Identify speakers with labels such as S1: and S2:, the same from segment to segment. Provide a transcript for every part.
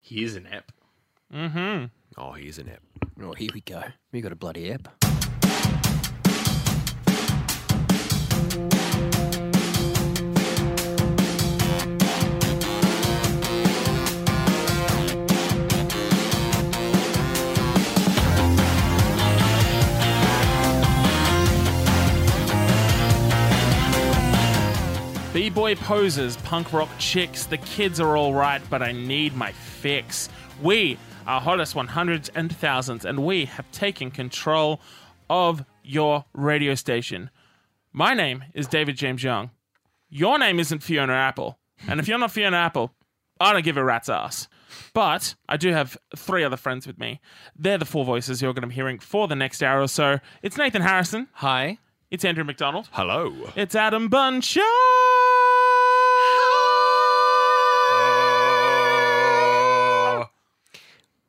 S1: He is an app.
S2: Oh, he's an app.
S3: Oh, here we go. We got a bloody app.
S4: B boy poses, punk rock chicks, the kids are alright, but I need my fix. We are hottest 100s and thousands, and we have taken control of your radio station. My name is David James Young. Your name isn't Fiona Apple. And if you're not Fiona Apple, I don't give a rat's ass. But I do have three other friends with me. They're the four voices you're going to be hearing for the next hour or so. It's Nathan Harrison.
S3: Hi.
S4: It's Andrew McDonald.
S2: Hello.
S4: It's Adam Bunch.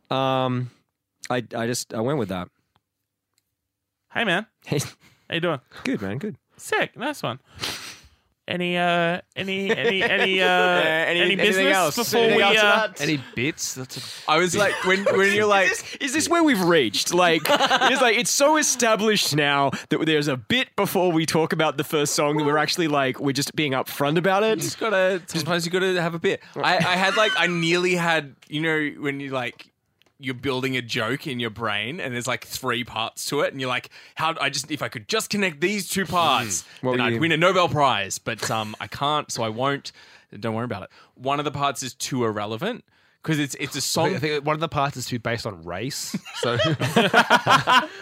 S3: Um, I I just I went with that.
S4: Hey man,
S3: Hey,
S4: how you doing?
S3: good man, good.
S4: Sick, nice one. Any uh, any any any uh, any,
S2: anything
S4: business
S2: else?
S4: before
S2: Anything
S4: we
S2: else
S4: uh,
S1: That's-
S2: Any bits? That's a,
S3: I was like, when when you're like, is this, is this where we've reached? Like, it's like it's so established now that there's a bit before we talk about the first song that we're actually like we're just being upfront about it.
S2: just gotta. Sometimes you gotta have a bit.
S1: I, I had like I nearly had you know when you like you're building a joke in your brain and there's like three parts to it and you're like how I just if I could just connect these two parts
S3: What
S1: then
S3: were
S1: I'd
S3: you-
S1: win a Nobel Prize but um I can't so I won't don't worry about it one of the parts is too irrelevant because it's it's a
S2: I
S1: song
S2: think one of the parts is to be based on race, so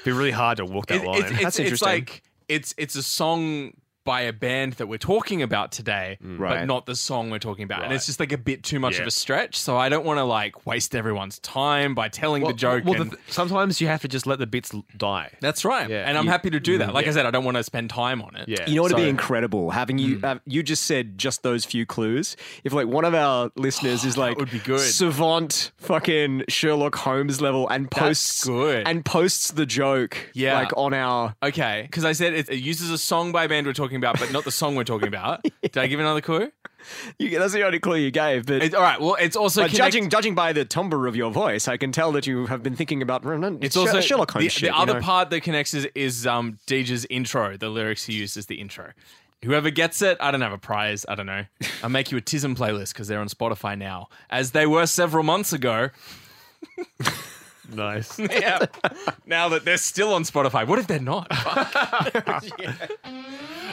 S2: be really hard to walk that
S1: It-
S2: line.
S1: It's, it's,
S3: That's
S1: it's
S3: interesting.
S1: like it's it's a song by a band that we're talking about today,
S3: Right.
S1: but not the song we're talking about. And
S2: Mm.
S1: it's
S2: Right.
S1: just like a bit too much
S2: Yeah.
S1: of a stretch. So I don't want to like waste everyone's time by telling the joke.
S2: Well,
S1: and-
S2: the th- sometimes you have to just let the bits l- die.
S1: that's right.
S2: Yeah.
S1: And I'm
S2: You-
S1: happy to do that. Like
S2: Yeah.
S1: I said, I don't want to spend time on it.
S2: Yeah.
S3: You know what would be
S1: So-
S3: incredible? Having you,
S1: Hmm.
S3: uh, you just said just those few clues. If like one of our listeners is like,
S1: Oh, would be good.
S3: savant, fucking Sherlock Holmes level, and posts
S1: good.
S3: and posts the joke,
S1: Yeah.
S3: like on our.
S1: Okay. Because I said it, it uses a song by a band we're talking about, but not the song we're talking about. Did I give another clue?
S3: You, that's the only clue you gave, but.
S1: It's, all right. Well, it's also
S3: but
S1: connect-
S3: judging, judging by the timbre of your voice, I can tell that you have been thinking about
S1: It's also
S3: Sherlock Holmes
S1: The,
S3: shit.
S1: the
S3: you
S1: other
S3: know?
S1: part that connects is, is um Deej's intro. The lyrics he used is the intro. Whoever gets it, I don't have a prize. I don't know. I'll make you a Tism playlist because they're on Spotify now, as they were several months ago.
S2: Nice.
S1: Yeah. now that they're still on Spotify, what if they're not?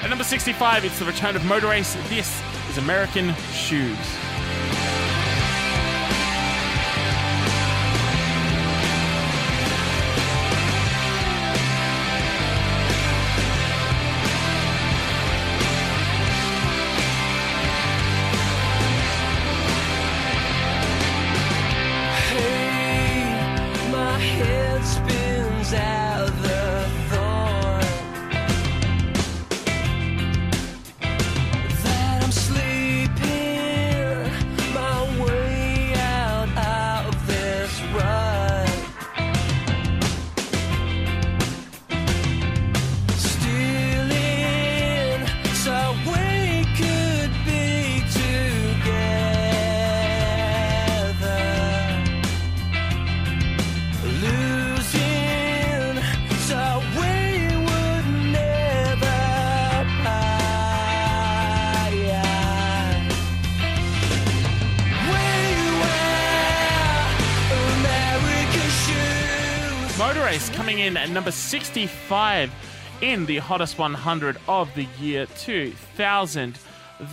S4: At number 65, it's the return of Motor Race. This is American Shoes.
S5: My head spins out the thought that I'm sleeping my way out of this rut. Stealing so we could be together losing so we would never hide. We wear American shoes.
S4: Motor Race coming in at number 65 in the hottest 100 of the year 2000.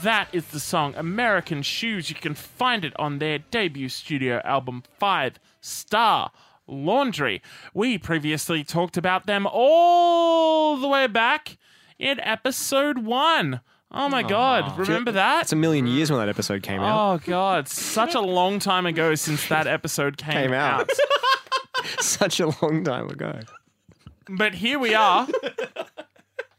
S4: That is the song American Shoes. You can find it on their debut studio album, Five Star Laundry. We previously talked about them all the way back in episode one. Oh my god, remember that?
S3: It's a million years when that episode came out.
S4: Oh god, such a long time ago since that episode came,
S1: Oh,
S3: Came out.
S4: out.
S3: Such a long time ago.
S4: But here we are.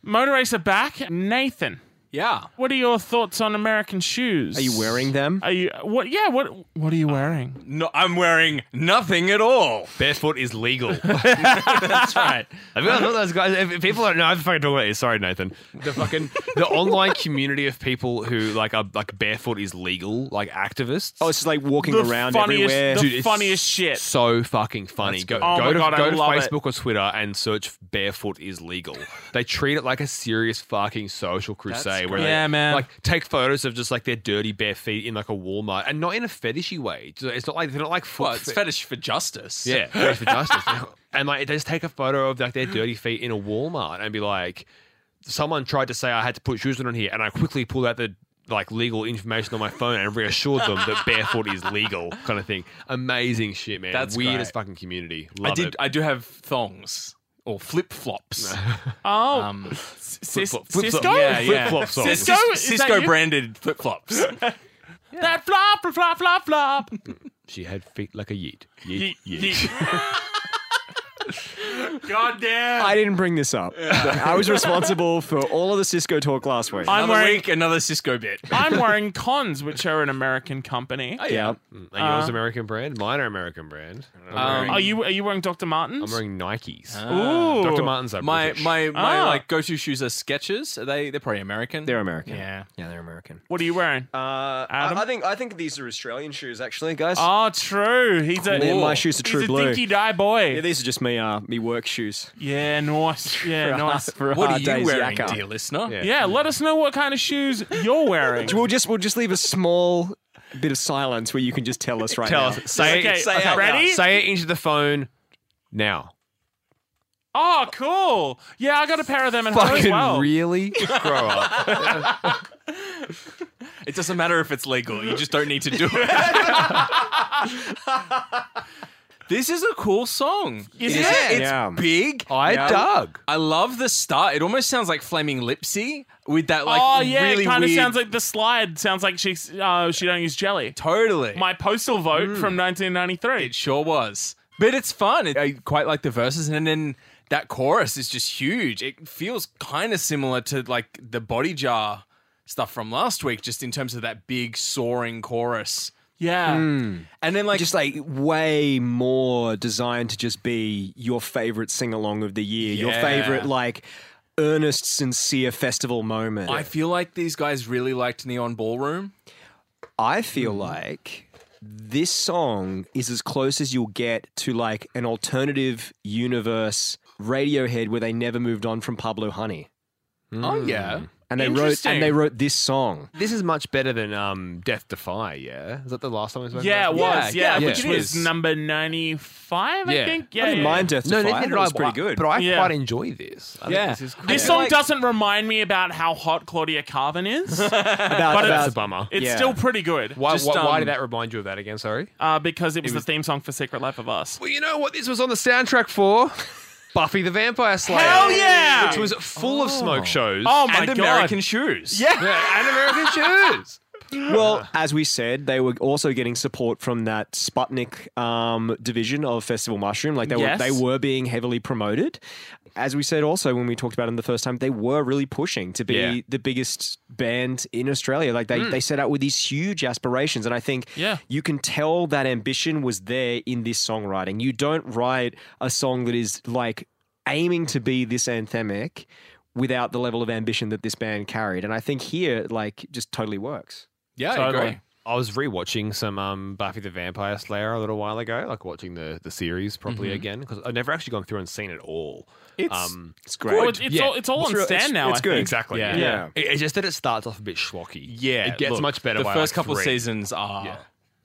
S4: Motor Racer back. Nathan,
S1: Yeah.
S4: What are your thoughts on American shoes?
S3: Are you wearing them?
S4: Are you what? Yeah. What What are you wearing?
S1: No, I'm wearing nothing at all.
S2: Barefoot is legal. Have
S1: That's right.
S2: you ever thought those guys? If if people don't know, I'm fucking talking about this. Sorry, Nathan. The fucking the online community of people who like are like barefoot is legal, like activists.
S3: Oh, it's just like walking around
S4: funniest,
S3: everywhere.
S4: the
S2: Dude, it's
S4: funniest shit.
S2: so fucking funny. Go,
S4: Oh
S2: go
S4: my
S2: to,
S4: God, I
S2: go to
S4: love it.
S2: Facebook or Twitter and search "barefoot is legal." They treat it like a serious fucking social crusade. Where
S4: great.
S2: they,
S4: Yeah, man.
S2: Like take photos of just like their dirty bare feet in like a Walmart, and not in a fetishy way. So It's not like they're not like foot.
S1: Well, it's
S2: fe-
S1: fetish for justice.
S2: yeah, fetish for justice. And like they just take a photo of like their dirty feet in a Walmart and be like, someone tried to say I had to put shoes on here, and I quickly pulled out the. Like legal information on my phone and reassured them that barefoot is legal, kind of thing. Amazing shit, man.
S1: That's
S2: Weird
S1: great.
S2: as fucking community.
S1: I
S2: Love
S1: did.
S2: it.
S1: I do have thongs or flip flops.
S4: Oh,
S1: Um,
S4: Cis-
S2: flip-flop- flip-flop.
S4: Cisco.
S1: yeah, yeah.
S2: Flip-flop songs.
S1: Cis-
S4: Cisco, is that
S1: Cisco
S4: you?
S1: branded flip flops.
S4: That flop, flop, flop, flop.
S2: She had feet like a yeet.
S4: Yeet, yeet. God damn.
S3: I didn't bring this up. I was responsible for all of the Cisco talk last week.
S4: I'm
S1: Another
S4: wearing
S1: week, another Cisco bit.
S4: I'm wearing cons, which are an American company.
S3: yeah.
S2: And
S1: Uh,
S2: yours American brand? Mine are American brand. I'm, wearing,
S1: Um,
S4: Are you are you wearing Dr. Martens?
S2: I'm wearing Nikes.
S4: Ooh.
S2: Dr. Martens are
S1: Uh, My
S2: British.
S1: my my
S4: Ah.
S1: like go to shoes are Skechers. Are they they're probably American.
S3: They're American.
S1: yeah.
S3: Yeah, they're American.
S4: What are you wearing?
S3: Uh, I,
S4: Adam?
S3: I think I think these are Australian shoes, actually, guys.
S4: oh, true. He's a
S3: Man, my shoes are
S4: he's
S3: true
S4: a
S3: blue.
S4: dinky die
S3: yeah,
S4: boy.
S3: these are just me, uh, me work shoes.
S4: Yeah, nice. Yeah, nice.
S3: For
S1: What
S3: our
S1: are you
S3: day's
S1: wearing,
S3: yakka.
S1: dear listener?
S2: Yeah.
S4: Yeah, let us know what kind of shoes you're wearing.
S3: We'll just we'll just leave a small bit of silence where you can just tell us right
S2: Tell
S3: now.
S2: us. Say,
S4: Okay,
S2: it, say,
S4: okay,
S2: it,
S4: ready?
S2: say it into the phone now.
S4: Oh, cool. Yeah, I got a pair of them at home as
S2: Fucking
S4: well.
S2: really? Grow up.
S1: It doesn't matter if it's legal. You just don't need to do it. this is a cool song.
S4: Is
S1: It's-
S4: it?
S1: It's
S3: Yeah.
S1: big.
S2: I dug.
S1: I love the start. It almost sounds like Flaming Lipsy with that like
S4: oh yeah,
S1: really
S4: it kind of
S1: weird-
S4: sounds like the slide sounds like she's uh, she don't use jelly.
S1: totally.
S4: My postal vote from 1993.
S1: It sure was. But it's fun. It- I quite like the verses, and then that chorus is just huge. It feels kind of similar to like the Body Jar stuff from last week, just in terms of that big soaring chorus.
S4: yeah.
S1: And then like
S3: Just like way more designed to just be your favorite sing along of the year, your
S1: Yeah.
S3: favorite like earnest, sincere festival moment.
S1: I feel like these guys really liked Neon Ballroom.
S3: I feel
S2: Mm-hmm.
S3: like this song is as close as you'll get to like an alternative universe Radiohead where they never moved on from Pablo Honey. Mm.
S1: Oh yeah.
S3: And they wrote
S4: Interesting.
S3: and they wrote this song.
S2: This is much better than um, Death Defy, yeah? Is that the last time we spoke
S4: Yeah, it
S2: about
S4: was.
S1: Yeah,
S4: Yeah,
S1: yeah,
S4: which
S1: it
S4: was
S1: is.
S4: number 95, I
S2: Yeah.
S4: think.
S3: I
S4: Yeah,
S3: didn't
S4: yeah,
S3: mind Death
S2: No,
S3: Defy.
S2: Nathan
S3: I
S2: and
S3: thought it
S2: I,
S3: was pretty good.
S2: but I
S4: Yeah.
S2: quite enjoy this. I think
S1: Yeah.
S2: This is
S4: yeah.
S2: cool.
S4: This
S1: I
S4: song
S1: like-
S4: doesn't remind me about how hot Claudia Carvin is, but
S3: About-
S4: it's,
S2: a bummer.
S4: it's
S3: Yeah.
S4: still pretty good
S2: Why,
S1: Just,
S2: why, why
S1: um,
S2: did that remind you of that again? Sorry.
S4: uh, because it was, the theme song for Secret Life of Us.
S2: Well, you know what this was on the soundtrack for? Buffy the Vampire Slayer.
S4: Hell yeah!
S2: Which was full of smoke shows.
S4: Oh my
S2: and
S4: God.
S2: American shoes.
S4: Yeah.
S2: and American shoes.
S3: Well, as we said, they were also getting support from that Sputnik um, division of Festival Mushroom. Like they
S4: Yes.
S3: were, they were being heavily promoted. As we said, also when we talked about them the first time, they were really pushing to be
S2: Yeah.
S3: the biggest band in Australia. Like they, they set out with these huge aspirations, and I think
S4: Hmm. Yeah.
S3: you can tell that ambition was there in this songwriting. You don't write a song that is like aiming to be this anthemic without the level of ambition that this band carried, and I think here, like, just totally works.
S1: Yeah, I
S4: Totally.
S1: agree.
S2: I was rewatching some um, Buffy the Vampire Slayer a little while ago, like watching the, the series properly
S4: Mm-hmm.
S2: again, because I've never actually gone through and seen it all.
S3: It's
S2: Um,
S3: it's
S4: Well,
S3: great.
S4: it's, it's
S2: Yeah.
S4: all, it's all on
S3: real-
S4: stand
S3: it's-
S4: now.
S3: it's
S4: I
S3: good.
S4: think.
S2: Exactly.
S1: Yeah.
S3: Yeah.
S2: It- it's just that it starts off a bit schlocky.
S1: Yeah.
S2: It gets
S1: look,
S2: much better
S1: The
S2: by,
S1: first
S2: like,
S1: couple
S2: three.
S1: seasons are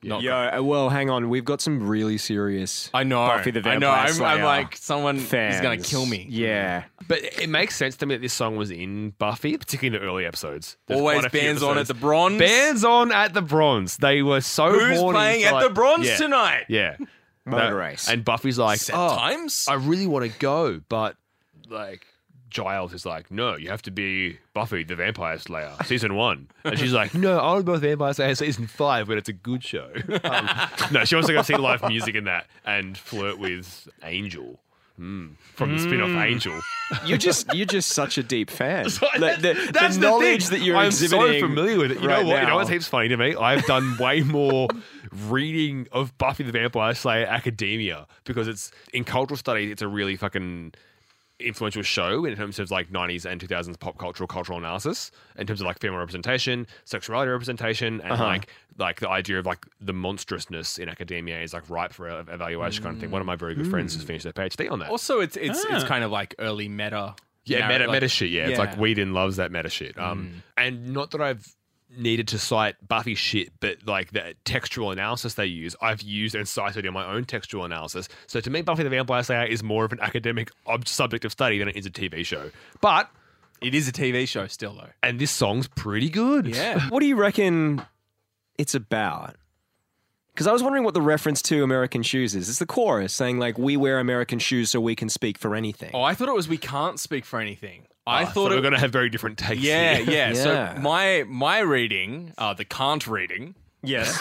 S1: not good.
S3: Yo, uh, well, hang on. We've got some really serious.
S1: I know.
S3: Buffy the
S1: I know.
S3: Vampire
S1: I'm, I'm
S3: Slayer
S1: like someone is gonna
S3: fans.
S1: kill me.
S3: Yeah.
S2: But it makes sense to me that this song was in Buffy, particularly the early episodes. There's
S1: Always
S2: quite a few
S1: bands on at
S2: episodes.
S1: the bronze.
S2: Bands on at the Bronze. They were so
S1: Who's
S2: horny
S1: playing
S2: for,
S1: at
S2: like-
S1: the bronze
S2: yeah,
S1: tonight?
S2: Yeah.
S3: Motor
S2: That-
S3: race.
S2: And Buffy's like,
S1: Set
S2: oh,
S1: times.
S2: I really want to go, but like Giles is like, no, you have to be Buffy the Vampire Slayer, season one. And she's like, no, I was both Vampire Slayer season five, but it's a good show. Um, no, she wants to go see live music in that and flirt with Angel. from the spin off Angel.
S3: You're just you're just such a deep fan.
S2: But
S3: Like, the, the
S2: that's the
S3: knowledge
S2: thing.
S3: that you're
S2: I'm
S3: exhibiting.
S2: so familiar with it. You
S3: right
S2: know what? You know what
S3: now.
S2: seems funny to me? I've done way more reading of Buffy the Vampire Slayer academia because it's in cultural studies. It's a really fucking influential show in terms of like 90s and 2000s pop cultural cultural analysis in terms of like female representation sexuality representation
S3: Uh-huh.
S2: and like like the idea of like the monstrousness in academia is like ripe for ev- evaluation kind of thing one of my very good friends has
S3: Hmm.
S2: finished their phd on that
S1: Also, it's it's it's
S4: Ah.
S1: kind of like early meta.
S2: yeah,
S1: narr-
S2: meta,
S1: like-
S2: meta shit. Yeah. it's like
S1: yeah.
S2: Whedon loves that meta shit.
S3: Mm.
S2: Um, and not that I've needed to cite Buffy shit, but like the textual analysis they use, I've used and cited in my own textual analysis. So to me, Buffy the Vampire Slayer is more of an academic ob- subject of study than it is a TV show. But
S1: It is a TV show still though.
S2: and this song's pretty good.
S1: Yeah.
S3: What do you reckon it's about? Because I was wondering what the reference to American shoes is. It's the chorus saying like, "We wear American shoes so we can speak for anything."
S1: oh, I thought it was we can't speak for anything.
S2: Oh, I,
S1: I
S2: thought,
S1: thought
S2: we
S1: it
S2: Ah, were going to have very different takes.
S1: Yeah,
S2: here.
S1: yeah.
S3: Yeah.
S1: So my my reading, uh, the can't reading,
S3: yes.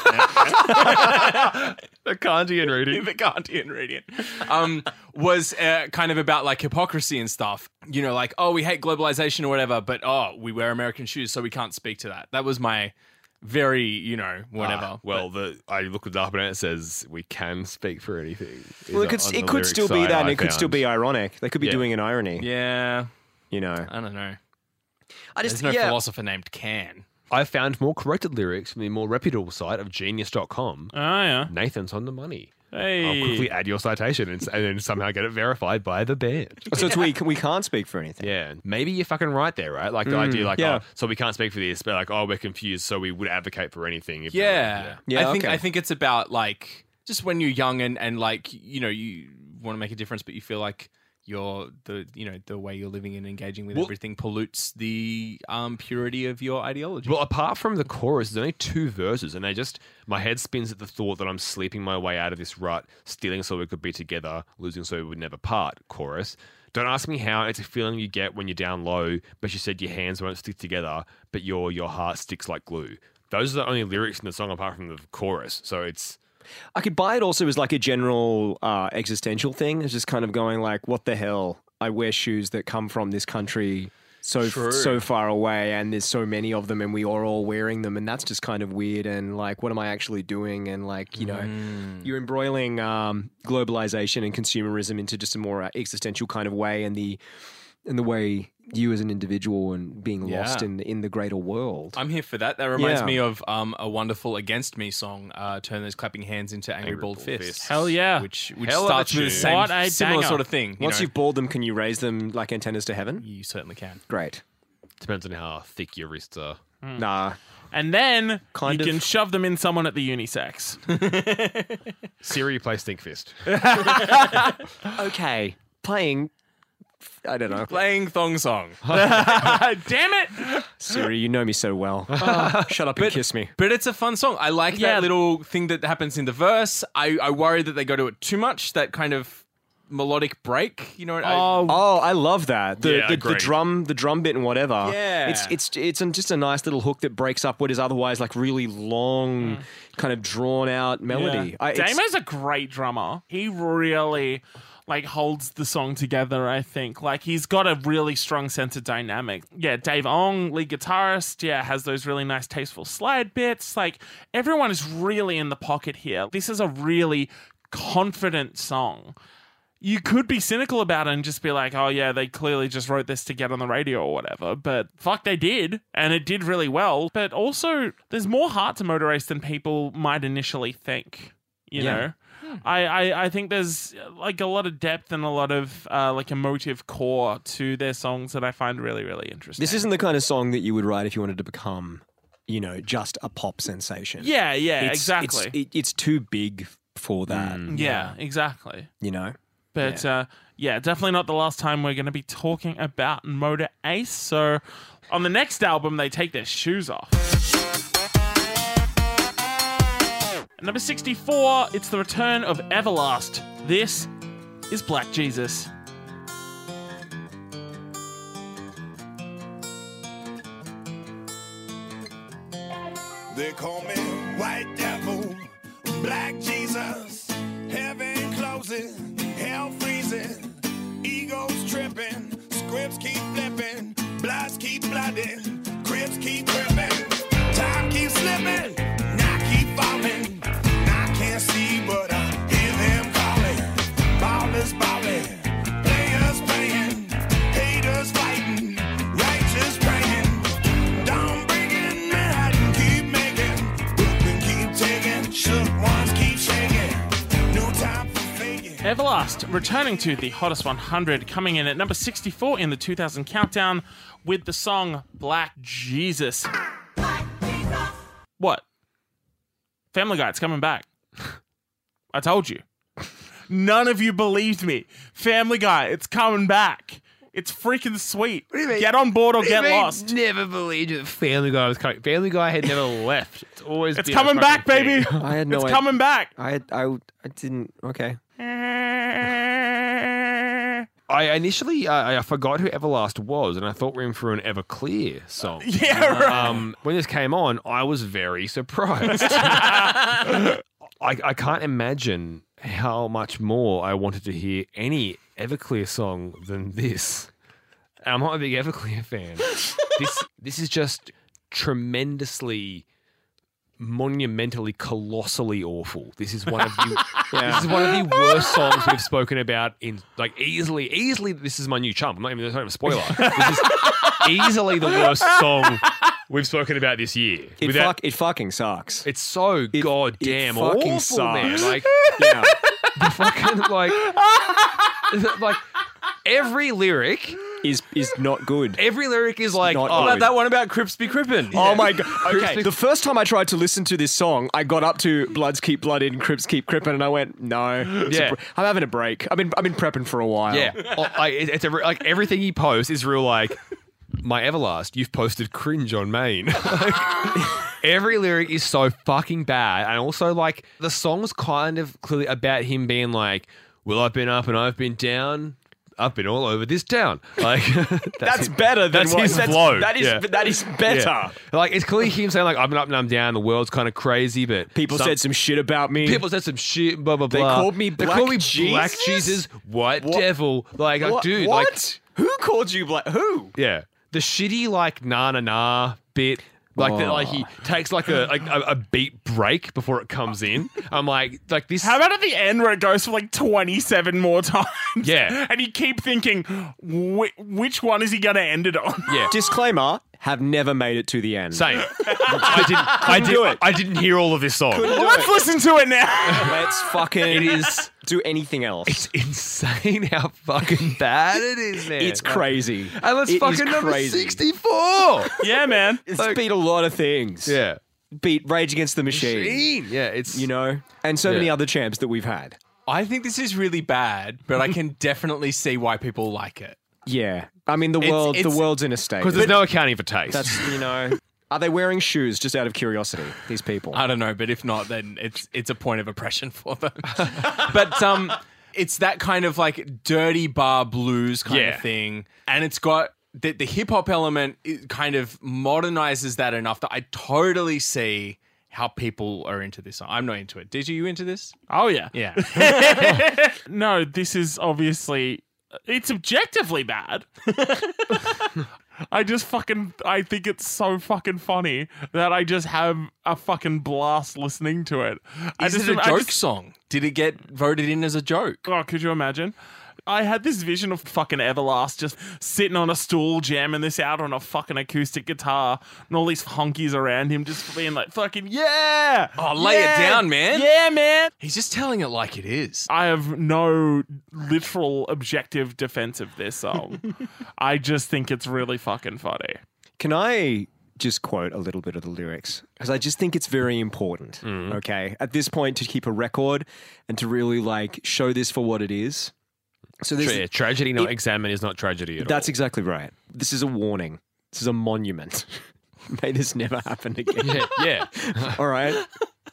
S2: the kanji and reading.
S1: the Guardian reading, um, was uh, kind of about like hypocrisy and stuff. You know, like oh, we hate globalization or whatever, but oh, we wear American shoes, so we can't speak to that. That was my very, you know, whatever.
S2: Ah, well, the, I looked it up and it says we can speak for anything. is
S3: well, it could
S2: on the
S3: it could
S2: lyric
S3: still be
S2: side
S3: that, and
S2: I
S3: it could still
S2: found.
S3: be ironic. They could be
S2: Yeah.
S3: doing an irony.
S1: but- yeah,
S3: You know.
S1: I don't know.
S3: I
S1: There's no philosopher named Can.
S2: I found more corrected lyrics from the more reputable site of genius.com.
S4: Oh, yeah.
S2: Nathan's on the money.
S4: Hey.
S2: I'll quickly add your citation and, s- and then somehow get it verified by the band.
S3: So it's we we can't speak for anything.
S2: Yeah, maybe you're fucking right there, right? Like the idea, like,
S3: yeah.
S2: oh, so we can't speak for this, but like, oh, we're confused, so we would advocate for anything. If
S1: Yeah.
S3: Yeah. Yeah,
S1: I think
S3: okay.
S1: I think it's about like just when you're young and and like you know you want to make a difference, but you feel like your the you know the way you're living and engaging with
S2: Well-
S1: everything pollutes the um, purity of your ideology.
S2: Well, apart from the chorus, there's only two verses, and they just my head spins at the thought that I'm sleeping my way out of this rut, stealing so we could be together, losing so we would never part. Chorus. Don't ask me how. It's a feeling you get when you're down low, but you said your hands won't stick together, but your your heart sticks like glue. Those are the only lyrics in the song apart from the chorus. So it's
S3: I could buy it also as like a general uh, existential thing. It's just kind of going like, what the hell? I wear shoes that come from this country so so far away, and there's so many of them, and we are all wearing them, and that's just kind of weird. And like, what am I actually doing? And like, you know,
S1: Mm.
S3: you're embroiling um, globalization and consumerism into just a more uh, existential kind of way, and the and the way you as an individual and being lost
S1: Yeah.
S3: in in the greater world.
S1: I'm here for that. That reminds
S3: Yeah.
S1: me of um, a wonderful "Against Me" song. Uh, Turn those clapping hands into angry, bald, fists.
S4: Hell yeah.
S1: Which which
S2: Hell of a
S1: starts with the
S2: tune.
S1: same
S4: What a
S1: similar
S4: banger.
S1: sort of thing. You
S3: Once
S1: know,
S3: you've balled them, can you raise them like antennas to heaven?
S1: you certainly can.
S3: Great.
S2: depends on how thick your wrists are.
S3: Nah.
S4: And then
S3: Kind
S4: you
S3: of-
S4: can shove them in someone at the unisex.
S2: Siri plays Think Fist.
S3: okay, playing. I don't know.
S1: Playing thong song.
S4: Damn it!
S3: Siri, you know me so well. Shut up and kiss me.
S1: But it's a fun song. I like
S4: Yeah.
S1: that little thing that happens in the verse. I, I worry that they go to it too much, that kind of melodic break. You know what I
S4: Oh,
S3: Oh, I love that. The,
S2: Yeah,
S3: the, the
S2: great.
S3: drum, the drum bit and whatever.
S1: Yeah.
S3: It's it's it's an- just a nice little hook that breaks up what is otherwise like really long, kind of drawn out melody. I, it's-
S4: Damo's a great drummer. He really like holds the song together, I think. Like he's got a really strong sense of dynamic. Yeah, Dave Ong, lead guitarist, yeah, has those really nice tasteful slide bits. Like everyone is really in the pocket here. This is a really confident song. You could be cynical about it and just be like, oh yeah, they clearly just wrote this to get on the radio or whatever. But fuck, they did. And it did really well. But also, there's more heart to Motor Race than people might initially think you
S3: Yeah.
S4: know I, I i think there's uh, like a lot of depth and a lot of uh, like emotive core to their songs that i find really really interesting
S3: this isn't the kind of song that you would write if you wanted to become, you know, just a pop sensation.
S4: yeah yeah
S3: It's-
S4: exactly Hmm.
S3: It's, it- it's too big for that.
S4: yeah, exactly
S3: You know.
S4: but uh yeah definitely not the last time we're going to be talking about motor ace so on the next album they take their shoes off At number 64 it's the return of everlast this is black jesus
S6: They call me White Devil, Black Jesus. Heaven closes, hell freezing. Egos tripping, scripts keep flipping, blots keep blooding, cribs keep gripping. Time keeps slipping, and I keep falling. And I can't see, but I hear them calling. Ballers balling, players playing, haters fighting, righteous praying. Down breaking, Manhattan keep making, Brooklyn keep taking, shook ones keep shaking. No time for faking.
S4: Everlast returning to the hottest 100, coming in at number 64 in the 2000 countdown with the song Black Jesus. What? Family Guy, it's coming back. I told you. None of you believed me. Family Guy, it's coming back. It's freaking sweet. Get on board or get lost.
S2: Never believed that Family Guy was coming. Family Guy had never left. It's always
S4: It's
S2: been a
S4: coming back,
S2: fucking thing.
S4: baby.
S3: I had no
S4: It's
S3: idea.
S4: coming back.
S3: I, I I didn't. Okay.
S2: I initially uh, I forgot who Everlast was, and I thought we were in for an Everclear song.
S4: Yeah, right.
S2: Um, when this came on, I was very surprised. I, I can't imagine how much more I wanted to hear any Everclear song than this. And I'm not a big Everclear fan. this this is just tremendously, monumentally, colossally awful. This is one of the this is one of the worst songs we've spoken about in like easily easily. This is my new chump. I'm not even, it's not even a spoiler. This is easily the worst song we've spoken about this year.
S3: It
S2: Without-
S3: fuck. It fucking sucks.
S2: it's so
S3: it
S2: goddamn
S3: fucking
S2: awful, man.
S3: sucks.
S2: Like
S3: yeah.
S2: the fucking like like every lyric,
S3: Is is not good.
S2: every lyric is like
S3: not
S2: oh,
S3: good.
S1: that one about Crispy Crippin.
S3: Oh my god! Okay,
S2: Crips-
S3: the first time I tried to listen to this song, I got up to "Bloods Keep Blood In, Crips Keep Crippin," and I went, "No, it's a
S2: Yeah.
S3: br- I'm having a break. I've been I've been prepping for a while."
S2: yeah, Oh, like, it- it's a, re- like everything he posts is real like my everlast. You've posted cringe on main. Like, every lyric is so fucking bad, and also like the song's kind of clearly about him being like, "Well, I've been up and I've been down." I've been all over this town. Like
S3: that's better than
S2: That's
S3: what,
S2: his flow.
S3: That is
S2: Yeah.
S3: that is better.
S2: Yeah. Like it's clearly him saying like I've been up and I'm down. The world's kind of crazy, but
S3: People
S2: some-
S3: said some shit about me.
S2: people said some shit. Blah blah
S3: They
S2: blah.
S3: called me
S2: They
S3: Black
S2: called me
S3: Jesus?
S2: Black Jesus, White
S3: What?
S2: Devil. Like, like,
S3: Wha-
S2: dude,
S3: what?
S2: like
S3: Who called you black? Who?
S2: yeah, the shitty like na na na bit. Like that, like he
S3: Oh.
S2: takes like a like a, a beat break before it comes in. I'm like, like this.
S4: How about at the end where it goes for like 27 more times?
S2: Yeah.
S4: And you keep thinking, "Whi- which one is he going to end it on?
S2: yeah,
S3: Disclaimer: Have never made it to the end.
S2: same. I didn't. I did.
S3: do it.
S2: I didn't hear all of this song.
S4: Well, let's listen to it now.
S3: Let's fucking
S2: It is.
S3: do anything else.
S2: It's insane how fucking bad it is, man.
S3: It's
S2: Like,
S3: crazy.
S2: And that's
S3: It is
S2: fucking number
S3: crazy.
S2: 64.
S4: yeah, man.
S3: It's
S2: Like-
S3: beat a lot of things.
S2: yeah.
S3: Beat Rage Against the Machine.
S2: Yeah, it's
S3: You know, and so
S2: Yeah.
S3: many other champs that we've had.
S1: I think this is really bad, but I can definitely see why people like it.
S3: Yeah, I mean the world.
S1: it's-
S3: the world's in a state.
S2: because there's no accounting for taste.
S3: That's you know. Are they wearing shoes just out of curiosity? These people.
S1: I don't know, but if not, then it's it's a point of oppression for them. but um, it's that kind of like dirty bar blues kind
S2: Yeah.
S1: of thing, and it's got the, the hip hop element. It kind of modernizes that enough that I totally see how people are into this. I'm not into it. Did you into this?
S4: Oh, yeah.
S1: Yeah,
S4: No, this is obviously, it's objectively bad. I just fucking, I think it's so fucking funny that I just have a fucking blast listening to it. I
S1: is
S4: just,
S1: it a
S4: I
S1: joke
S4: just-
S1: song? Did it get voted in as a joke?
S4: Oh, could you imagine? I had this vision of fucking Everlast just sitting on a stool jamming this out on a fucking acoustic guitar and all these honkies around him just being like, fucking, yeah!
S1: Oh, lay it
S4: yeah,
S1: down, man.
S4: Yeah, man!
S1: He's just telling it like it is.
S4: I have no literal objective defense of this song. I just think it's really fucking funny.
S3: Can I just quote a little bit of the lyrics because I just think it's very important.
S2: Mm.
S3: Okay, at this point to keep a record and to really like show this for what it is. So this.
S2: Tra- tragedy not examined is not tragedy at
S3: That's exactly right. This is a warning. This is a monument. May this never happen again.
S2: all. yeah.
S3: All right.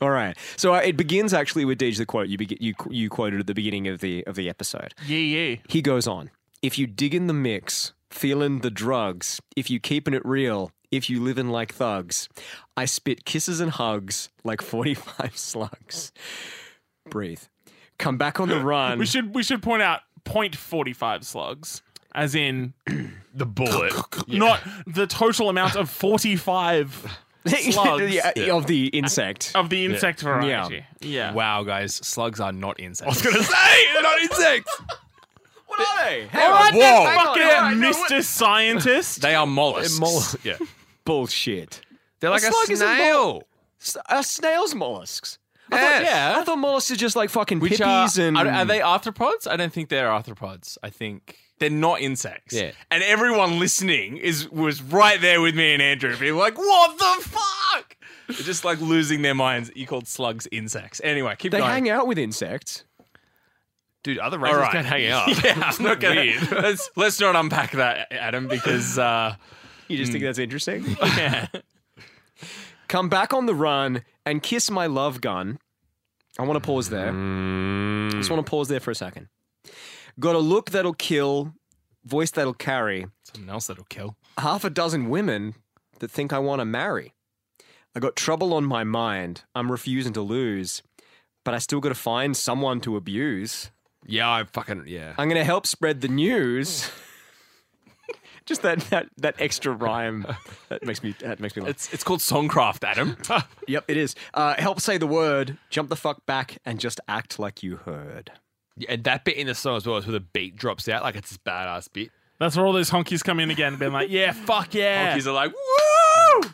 S3: All right. So uh, it begins actually with Deej the quote you, beg you you quoted at the beginning of the of the episode.
S4: Yeah, yeah.
S3: He goes on. If you dig in the mix, feeling the drugs, if you keeping it real, if you living like thugs, I spit kisses and hugs like 45 slugs. Breathe. Come back on the run.
S4: We should we should point out 0.45 slugs, as in
S2: The bullet.
S4: not the total amount of 45 slugs
S3: Yeah, Of the insect.
S4: of the insect variety. Yeah.
S1: Wow, guys, slugs are not insects.
S2: gonna say they're not insects.
S3: All
S1: right, then, Whoa.
S4: Fuck it, Mr. Scientist.
S1: They are mollusks.
S2: yeah,
S3: Bullshit.
S2: they're like a,
S3: slug is a
S2: snail.
S3: S- Are snails mollusks? I
S1: Yes.
S3: thought, I thought mollusks are just like fucking
S1: Which are,
S3: pippies and
S1: are are they arthropods? I don't think they're arthropods. I think they're not insects.
S2: Yeah.
S1: And everyone listening is was right there with me and Andrew, being like, "What the fuck?" They're just like losing their minds. You called slugs insects. Anyway, keep
S3: they
S1: going.
S3: hang out with insects.
S2: Dude, other
S1: All
S2: races
S1: right,
S2: can hang out.
S1: Yeah, I'm not gonna. Let's let's not unpack that, Adam, because uh,
S3: You just think that's interesting? Come back on the run and kiss my love gun. I want to pause there.
S1: Hmm.
S3: Just want to pause there for a second. Got a look that'll kill, voice that'll carry.
S1: something else that'll kill.
S3: half a dozen women that think I want to marry. I got trouble on my mind. I'm refusing to lose, but I still got to find someone to abuse.
S2: Yeah, I fucking yeah.
S3: I'm going to help spread the news. Just that, that that extra rhyme that makes me that makes me laugh.
S1: It's it's called songcraft, Adam.
S3: Yep, it is. Uh, help say the word. Jump the fuck back and just act like you heard.
S2: Yeah, And that bit in the song as well is where the beat drops out, like it's this badass bit.
S4: That's where all those honkies come in again, being like, yeah, fuck
S2: Oh,
S4: yeah.
S1: Monkeys are like, "Woo!"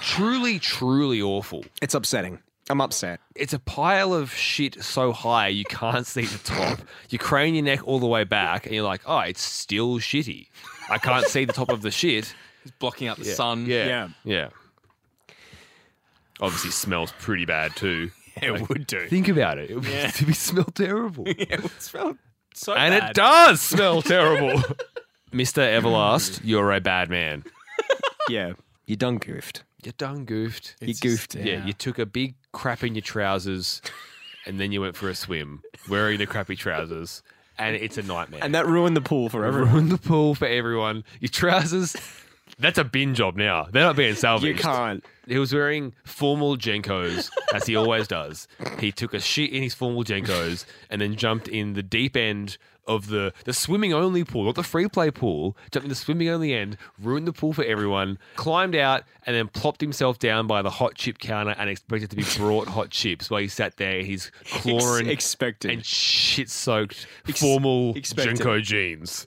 S2: Truly, truly awful.
S3: It's upsetting. I'm upset.
S2: It's a pile of shit so high you can't see the top. You crane your neck all the way back, and you're like, oh, it's still shitty. I can't see the top of the shit.
S1: It's blocking out the sun.
S2: Yeah.
S3: Yeah.
S2: Yeah. Obviously, smells pretty bad too.
S1: it would do.
S2: Think about it. It would be smell terrible.
S1: It would smell so
S2: and
S1: bad.
S2: it does smell terrible. Mr. Everlast, you're a bad man.
S3: Yeah, you done goofed.
S2: You done goofed.
S3: You goofed.
S2: yeah. you took a big crap in your trousers and then you went for a swim wearing the crappy trousers. And it's a nightmare.
S3: and that ruined the pool for everyone.
S2: ruined the pool for everyone. Your trousers, that's a bin job now. They're not being
S3: You
S2: salvaged.
S3: can't.
S2: He was wearing formal Jenkos, as he always does. He took a shit in his formal Jenkos and then jumped in the deep end of the, the swimming only pool, not the free play pool, jumped in the swimming only end, ruined the pool for everyone, climbed out, and then plopped himself down by the hot chip counter and expected to be brought hot chips while he sat there, his chlorine
S3: Ex- expected.
S2: and shit soaked formal
S3: expected.
S2: Jenko jeans.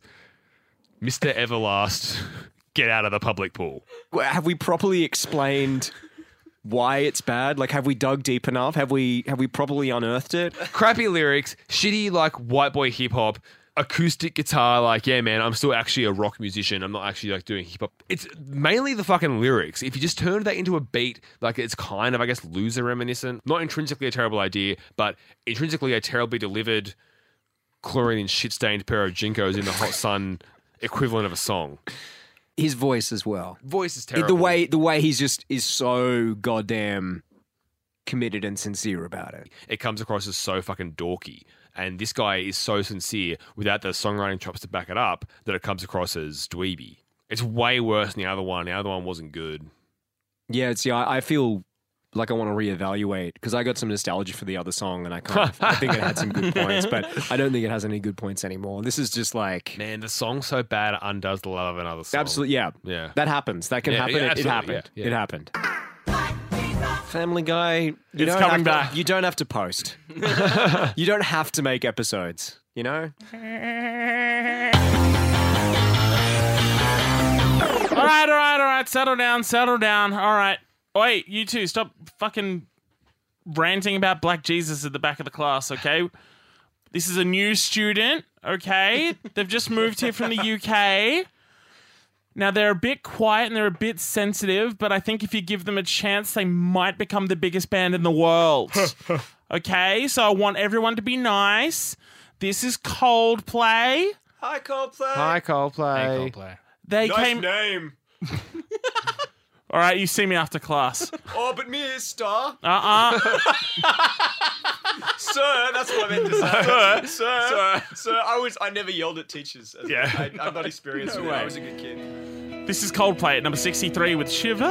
S2: Mr. Everlast, get out of the public pool.
S3: Well, have we properly explained why it's bad? Like, have we dug deep enough? Have we have we properly unearthed it?
S2: crappy lyrics, shitty like white boy hip hop, acoustic guitar. Like, yeah, man, I'm still actually a rock musician. I'm not actually like doing hip hop. It's mainly the fucking lyrics. If you just turn that into a beat, like it's kind of, I guess, loser reminiscent. Not intrinsically a terrible idea, but intrinsically a terribly delivered chlorine and shit stained pair of jinkos in the hot sun equivalent of a song.
S3: His voice as well.
S2: Voice is terrible.
S3: The way the way he's just is so goddamn committed and sincere about it.
S2: it comes across as so fucking dorky. And this guy is so sincere without the songwriting chops to back it up that it comes across as dweeby. It's way worse than the other one. The other one wasn't good.
S3: Yeah, it's yeah. I I feel like I want to reevaluate because I got some nostalgia for the other song, and I kind of I think it had some good points, but I don't think it has any good points anymore. This is just like
S2: Man, the song so bad it undoes the love of another song.
S3: absolutely yeah.
S2: Yeah.
S3: That happens. That can
S2: Yeah,
S3: happen.
S2: yeah,
S3: it, it
S2: absolutely,
S3: happened.
S2: yeah, yeah.
S3: It happened. Family Guy, you
S4: It's
S3: don't
S4: coming
S3: have to-
S4: back.
S3: you don't have to post. you don't have to make episodes. You know,
S4: All right, all right, all right. Settle down, settle down. All right. Wait, you two, stop fucking ranting about Black Jesus at the back of the class, okay? This is a new student, okay? They've just moved here from the UK. Now, they're a bit quiet and they're a bit sensitive, but I think if you give them a chance, they might become the biggest band in the world. okay? So I want everyone to be nice. This is Coldplay.
S2: Hi, Coldplay.
S4: They came.
S3: name.
S4: All right, you see me after class.
S3: Oh, but Mister,
S4: Uh uh
S3: sir, that's what I meant to say. sir, sir, sir. I was, I never yelled at teachers. Yeah, I, I'm not experienced with it. I was a good kid.
S4: This is Coldplay at number 63 with Shiver.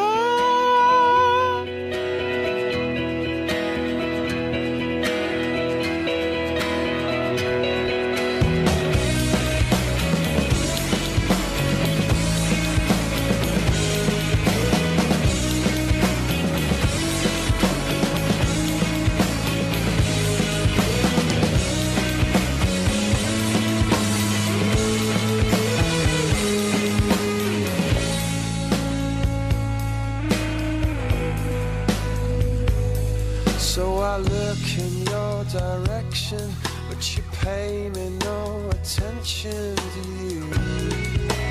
S5: direction, but you pay me no attention to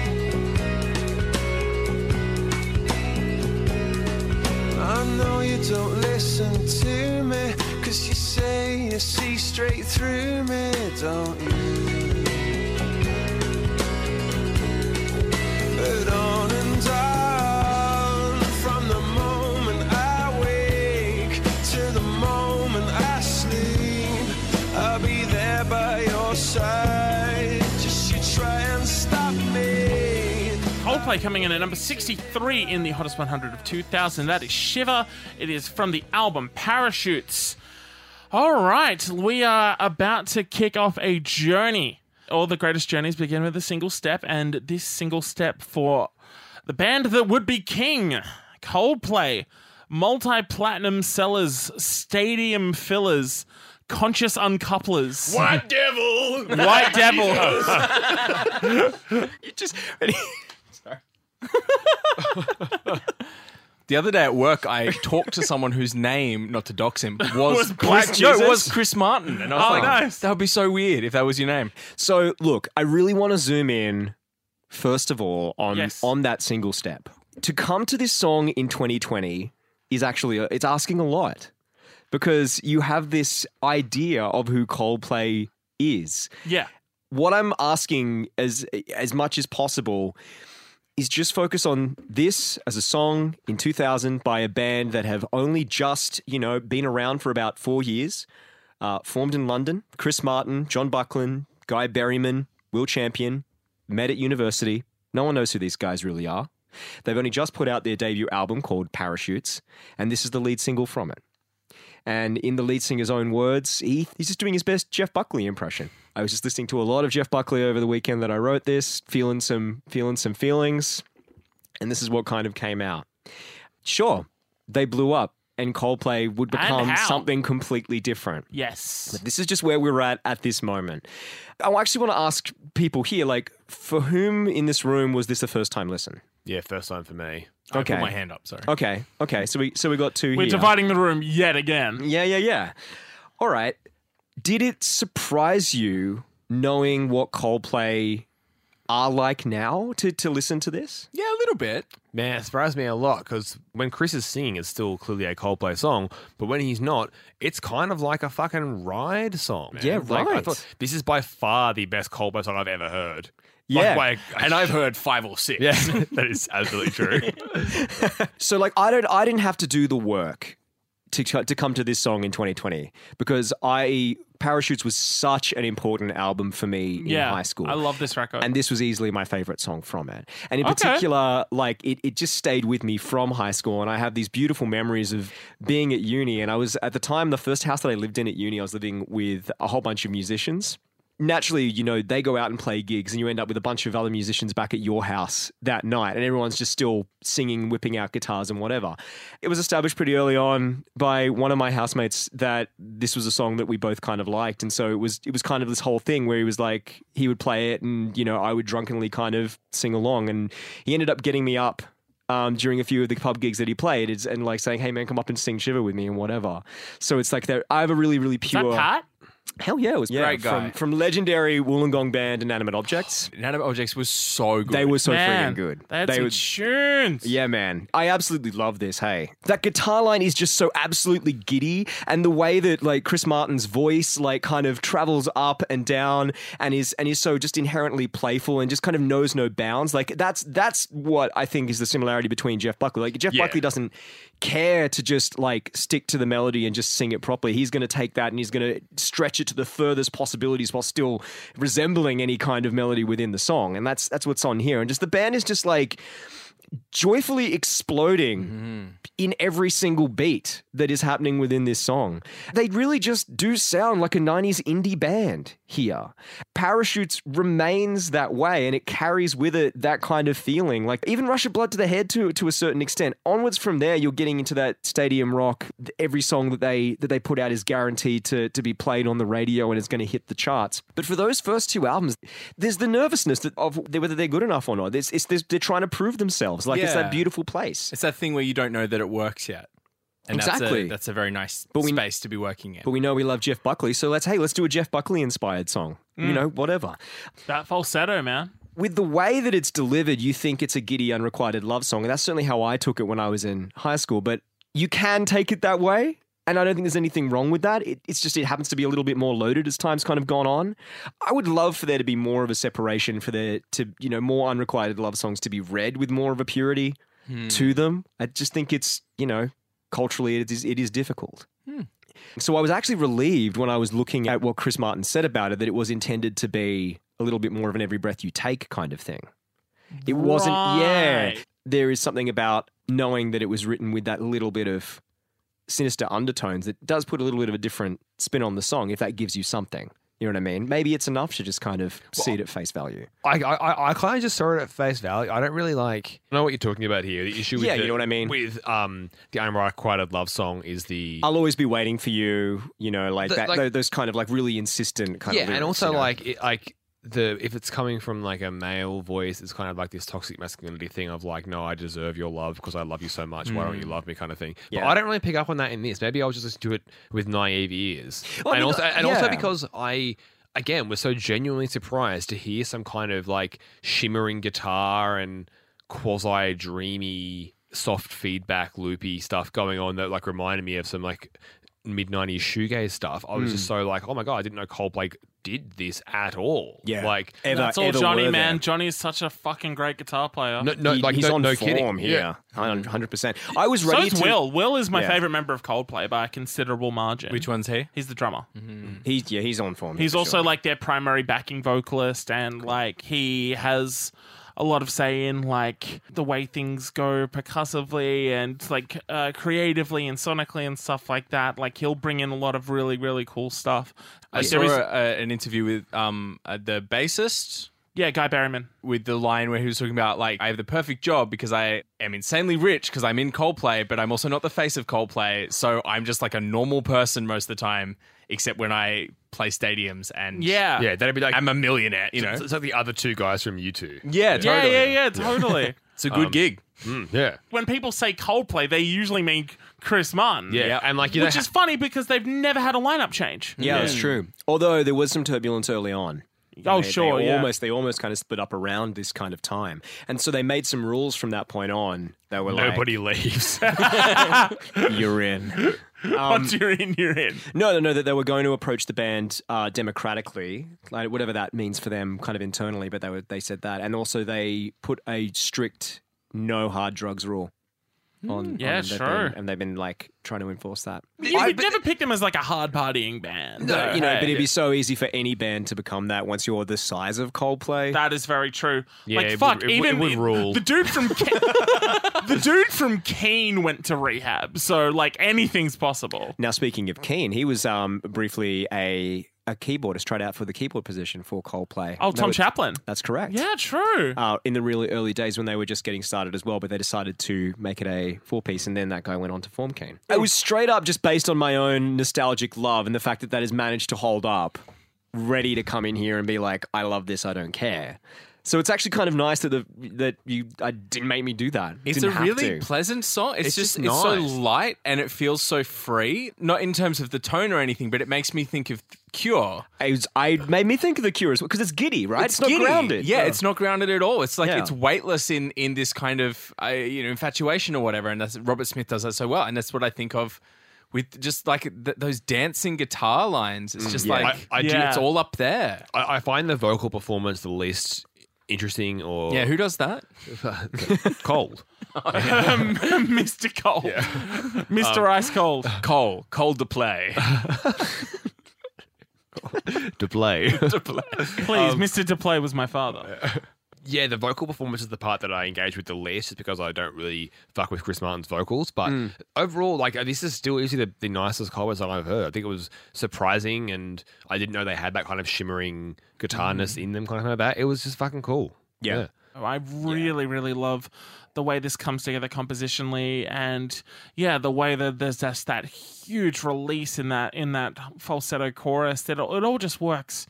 S5: you. I know you don't listen to me, cause you say you see straight through me, don't you? But on and on, from the moment I wake to the moment I sleep, I'll be there by your side. Just you try and stop me.
S4: Coldplay coming in at number 63 in the Hottest 100 of 2000. That is Shiver. It is from the album Parachutes. All right, we are about to kick off a journey. All the greatest journeys begin with a single step, and this single step for the band that would be king, Coldplay, multi platinum sellers, stadium fillers, conscious uncouplers,
S2: White devil.
S4: White Devil.
S3: You just
S1: The other day at work, I talked to someone whose name, not to dox him, was,
S4: Was Black
S1: Chris- no, it
S4: Jesus?
S1: was Chris Martin, and I was
S4: Oh,
S1: like,
S4: nice.
S1: that would be so weird if that was your name.
S3: So look, I really want to zoom in first of all on
S4: Yes.
S3: on that single step. To come to this song in 2020 is actually uh, it's asking a lot because you have this idea of who Coldplay is.
S4: Yeah.
S3: What I'm asking as as much as possible is just focus on this as a song in 2000 by a band that have only just, you know, been around for about 4 years uh, formed in London. Chris Martin, John Buckland, Guy Berryman, Will Champion, met at university. No one knows who these guys really are. They've only just put out their debut album called Parachutes, and this is the lead single from it. And in the lead singer's own words, he, he's just doing his best Jeff Buckley impression. I was just listening to a lot of Jeff Buckley over the weekend that I wrote this, feeling some feeling some feelings, and this is what kind of came out. Sure, they blew up, and Coldplay would become
S4: how.
S3: something completely different.
S4: Yes.
S3: This is just where we're at at this moment. I actually want to ask people here, like, for whom in this room was this a first time listen?
S2: yeah, first time for me.
S1: Okay. I
S3: Okay.
S1: put my hand up, sorry.
S3: Okay, okay. So we so we got 2
S4: We're
S3: here.
S4: dividing the room yet again.
S3: Yeah, yeah, yeah. All right. Did it surprise you knowing what Coldplay are like now to to listen to this?
S1: Yeah, a little bit.
S2: Man, it surprised me a lot because when Chris is singing, it's still clearly a Coldplay song, but when he's not, it's kind of like a fucking ride song. man.
S3: Yeah,
S2: Like, I
S3: right.
S2: thought this is by far the best Coldplay song I've ever heard.
S3: Yeah.
S2: like, by-
S1: And I've heard five or six.
S2: yeah, that is absolutely true.
S3: So like I don't I didn't have to do the work to to come to this song in 2020 because I Parachutes was such an important album for me in
S4: yeah.
S3: high school.
S4: I love this record.
S3: and this was easily my favorite song from it. And in
S4: Okay.
S3: particular, like it, it just stayed with me from high school. And I have these beautiful memories of being at uni. And I was at the time the first house that I lived in at uni. I was living with a whole bunch of musicians. Naturally, you know they go out and play gigs, and you end up with a bunch of other musicians back at your house that night, and everyone's just still singing, whipping out guitars and whatever. It was established pretty early on by one of my housemates that this was a song that we both kind of liked, and so it was it was kind of this whole thing where he was like he would play it, and you know I would drunkenly kind of sing along, and he ended up getting me up um, during a few of the pub gigs that he played, it's, and like saying, "Hey man, come up and sing Shiver with me and whatever." So it's like that. I have a really really
S4: Is that
S3: pure
S4: Pat?
S3: hell yeah, it was
S1: Great
S3: from-
S1: guy.
S3: from legendary Wollongong band Inanimate Objects.
S1: Inanimate Objects was so good.
S3: They were so
S4: Man,
S3: freaking good.
S4: They had
S3: they
S4: some
S3: were
S4: tunes.
S3: yeah, man. I absolutely love this. Hey, that guitar line is just so absolutely giddy, and the way that like Chris Martin's voice like kind of travels up and down, and is and is so just inherently playful and just kind of knows no bounds. Like that's that's what I think is the similarity between Jeff Buckley. Like Jeff Buckley doesn't care to just like stick to the melody and just sing it properly. He's going to take that and he's going to stretch it to the furthest possibilities while still resembling any kind of melody within the song, and that's that's what's on here. And just the band is just like joyfully exploding in every single beat that is happening within this song. They really just do sound like a 90s indie band here. Parachutes remains that way and it carries with it that kind of feeling. Like even Rush of Blood to the Head to to a certain extent. Onwards from there you're getting into that stadium rock. Every song that they that they put out is guaranteed to to be played on the radio and it's going to hit the charts. But for those first two albums, there's the nervousness that, of whether they're good enough or not. It's, it's, they're trying to prove themselves. Like it's
S1: Yeah.
S3: that beautiful place.
S1: It's that thing where you don't know that it works yet. And that's
S3: Exactly.
S1: a, that's a very nice
S3: we-
S1: space to be working in.
S3: But we know we love Jeff Buckley, so let's hey, let's do a Jeff Buckley inspired song. You know, whatever.
S4: That falsetto, man.
S3: With the way that it's delivered, you think it's a giddy unrequited love song, and that's certainly how I took it when I was in high school. But you can take it that way. And I don't think there's anything wrong with that. It, it's just it happens to be a little bit more loaded as time's kind of gone on. I would love for there to be more of a separation, for there to you know more unrequited love songs to be read with more of a purity
S1: Hmm.
S3: to them. I just think it's you know culturally it is it is difficult. So I was actually relieved when I was looking at what Chris Martin said about it that it was intended to be a little bit more of an every breath you take kind of thing. It wasn't, yeah.
S4: Right.
S3: There is something about knowing that it was written with that little bit of sinister undertones that does put a little bit of a different spin on the song if that gives you something. You know what I mean? Maybe it's enough to just kind of see it at face value.
S2: I I, I, I kind of just saw it at face value. I don't really like. I know what you're talking about here. The issue, with
S3: Yeah,
S2: the,
S3: you know what I mean.
S2: With um, the unrequited love song is the
S3: I'll always be waiting for you, you know, like
S2: The-
S3: that,
S2: like-
S3: tho- those kind of like really insistent kind
S2: yeah,
S3: of lyrics,
S2: and also
S3: you know?
S2: like it, like the if it's coming from like a male voice, it's kind of like this toxic masculinity thing of like, no, I deserve your love because I love you so much. Why don't you love me? Kind of thing. But
S3: Mm. Yeah.
S2: I don't really pick up on that in this. Maybe I was just listening to it with naive ears,
S3: Well, I
S2: and
S3: mean, uh,
S2: also and also
S3: yeah.
S2: because I. Again, was so genuinely surprised to hear some kind of like shimmering guitar and quasi dreamy, soft feedback, loopy stuff going on that like reminded me of some like mid '90s shoegaze stuff. I was just so like, oh my god, I didn't know Coldplay did this at all.
S3: Yeah.
S2: like
S3: Ever-
S4: That's all
S3: ever
S4: Johnny,
S3: were
S4: man.
S3: there.
S4: Johnny is such a fucking great guitar player.
S2: no, no,
S3: He-
S2: like
S3: he's
S2: no,
S3: on
S2: no
S3: form
S2: kidding.
S3: here, hundred percent. I was
S4: so
S3: ready
S4: is
S3: to.
S4: Will. Will is my
S3: Yeah.
S4: favorite member of Coldplay by a considerable margin.
S1: Which one's he?
S4: He's the drummer.
S3: He's yeah, he's on form. here Mhm.
S4: He's
S3: for
S4: also
S3: sure.
S4: like their primary backing vocalist, and like he has a lot of say in like the way things go percussively and like uh, creatively and sonically and stuff like that. Like he'll bring in a lot of really really cool stuff.
S1: I
S4: Like,
S1: saw
S4: there is-
S1: a, an interview with um, uh, the bassist
S4: yeah, Guy Berryman.
S1: with the line where he was talking about like I have the perfect job because I am insanely rich because I'm in Coldplay, but I'm also not the face of Coldplay, so I'm just like a normal person most of the time, except when I play stadiums and
S4: Yeah,
S2: Yeah, that'd be like
S1: I'm a millionaire, you know.
S2: It's like the other two guys from U two.
S1: yeah,
S4: yeah,
S1: totally.
S4: yeah, yeah, totally.
S1: It's a good gig.
S2: yeah,
S4: when people say Coldplay, they usually mean Chris Martin.
S2: yeah,
S1: Yeah.
S2: and like you know,
S4: Which is funny because they've never had a lineup change.
S3: Yeah, that's true. Although there was some turbulence early on.
S4: Oh,
S3: They-
S4: sure.
S3: they
S4: yeah.
S3: almost they almost kind of split up around this kind of time, and so they made some rules from that point on. They were
S2: nobody leaves.
S3: like, "You're in."
S4: Once you're in, you're in.
S3: No, no, no. That they were going to approach the band uh, democratically, like whatever that means for them, kind of internally. But they were they said that, and also they put a strict no hard drugs rule. On,
S4: Hmm. Yeah,
S3: on their
S4: sure.
S3: band, and they've been like trying to enforce that.
S4: You would never pick them as like a hard partying band.
S3: No, you know,
S4: hey.
S3: but it'd be so easy for any band to become that once you're the size of Coldplay.
S4: That is very true.
S2: Yeah,
S4: like
S2: it
S4: fuck,
S2: would- it would-
S4: even
S2: it would rule.
S4: the dude from Ke- the dude from Keen went to rehab, so like anything's possible.
S3: now, speaking of Keane, he was um, briefly a a keyboardist, tried out for the keyboard position for Coldplay.
S4: Oh,
S3: That
S4: Tom
S3: was-
S4: Chaplin.
S3: That's correct.
S4: Yeah, true.
S3: Uh, in the really early days when they were just getting started as well, but they decided to make it a four piece, and then that guy went on to form Keane. It was straight up just based on my own nostalgic love and the fact that that has managed to hold up, ready to come in here and be like, I love this, I don't care. So it's actually kind of nice that the that you I didn't make me do that.
S1: It's
S3: Didn't
S1: a
S3: have to.
S1: really pleasant song. It's,
S2: It's
S1: just,
S2: just
S1: it's so
S2: nice.
S1: light and it feels so free. Not in terms of the tone or anything, but it makes me think of Cure.
S3: It was, I made me think of the Cure as well because it's giddy, right? It's,
S1: giddy.
S3: not grounded.
S1: Yeah, it's not grounded at all. It's like
S3: Yeah.
S1: it's weightless in in this kind of uh, you know infatuation or whatever. And that's Robert Smith does that so well, and that's what I think of with just like th- those dancing guitar lines. It's just
S3: Mm, yeah.
S1: like
S2: I- I do-
S1: it's all up there.
S2: I, I find the vocal performance the least interesting or
S1: Yeah, who does that?
S2: cold.
S4: Mr. Cold. Mr. Ice Cold.
S1: Cole, Cole to play.
S2: to play.
S4: Please, Mr. DePlay was my father.
S2: yeah, the vocal performance is the part that I engage with the least, just because I don't really fuck with Chris Martin's vocals. But overall, like this is still easily the, the nicest cover song I've heard. I think it was surprising, and I didn't know they had that kind of shimmering guitarness in them, kind of that. It was just fucking cool.
S3: Yeah.
S4: Oh, I really, really love the way this comes together compositionally, and yeah, the way that there's just that huge release in that in that falsetto chorus. That it all just works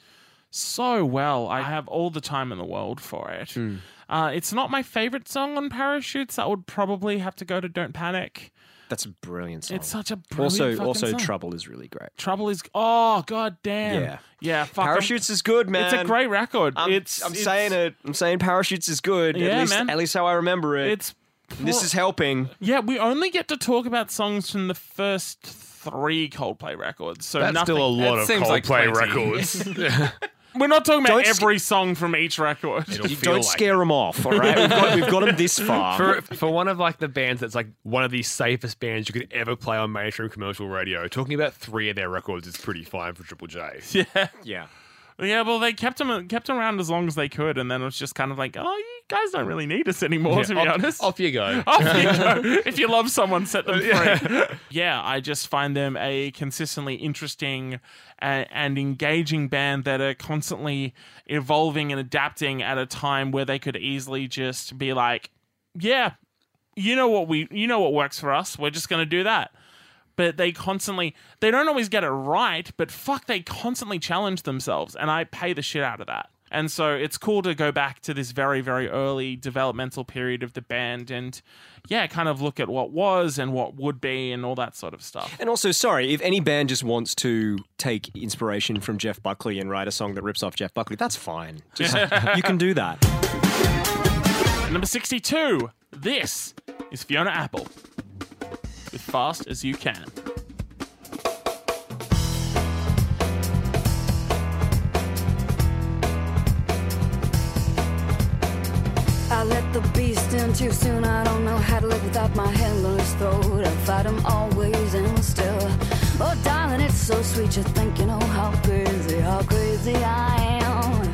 S4: so well. I have all the time in the world for it.
S3: Hmm.
S4: Uh, it's not my favorite song on parachutes. That would probably have to go to "Don't Panic."
S3: That's a brilliant song.
S4: It's such a brilliant
S3: Oh. also
S4: fucking
S3: also
S4: song.
S3: trouble is really great.
S4: Trouble is oh god damn
S3: Yeah.
S4: yeah fuck, I'm-
S3: Parachutes is good, man.
S4: It's a great record.
S3: I'm,
S4: it's
S3: I'm
S4: it's-
S3: saying it. I'm saying parachutes is good.
S4: Yeah,
S3: at least,
S4: man.
S3: At least how I remember it.
S4: It's
S3: this is helping.
S4: yeah. We only get to talk about songs from the first three Coldplay records, so
S2: That's
S4: nothing.
S2: still a lot
S1: That
S2: of
S1: seems like
S2: Coldplay
S1: plenty.
S2: records.
S4: We're not talking about
S3: Don't sk-
S4: every song from each record.
S2: It'll
S3: You
S2: feel
S3: don't
S2: like
S3: scare them off, all right? We've got, we've got them this far.
S2: for for one of like the bands that's like one of the safest bands you could ever play on mainstream commercial radio. Talking about three of their records is pretty fine for Triple J.
S4: Yeah,
S3: yeah.
S4: yeah. Well, they kept them kept 'em around as long as they could, and then it was just kind of like, oh, you guys don't really need us anymore, to be
S2: off,
S4: honest.
S2: off you go.
S4: Off you go. If you love someone, set them free. Yeah. I just find them a consistently interesting and, and engaging band that are constantly evolving and adapting at a time where they could easily just be like, yeah, you know what we, you know what works for us. We're just going to do that. But they constantly, they don't always get it right, but fuck, they constantly challenge themselves. And I pay the shit out of that. And so it's cool to go back to this very, very early developmental period of the band and, yeah, kind of look at what was and what would be and all that sort of stuff.
S3: And also, sorry, if any band just wants to take inspiration from Jeff Buckley and write a song that rips off Jeff Buckley, that's fine. Just, you can do that.
S4: Number 62, this is Fiona Apple with Fast As You Can.
S7: I let the beast in too soon. I don't know how to live without my hand on his throat. I fight him always and still. Oh, darling, it's so sweet. You think you know how crazy, how crazy I am.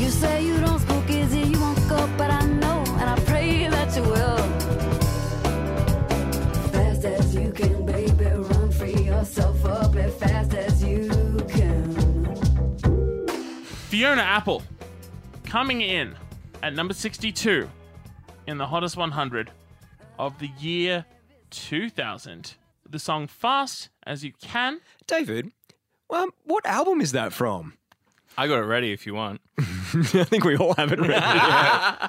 S7: You say you don't spook easy, you won't go, but I know, and I pray that you will. Fast as you can, baby, run free yourself up as fast as you can.
S4: Fiona Apple coming in at number 62 in the hottest 100 of the year 2000. The song Fast As You Can.
S3: David, um, what album is that from?
S1: I got it ready if you want.
S3: I think we all have it ready.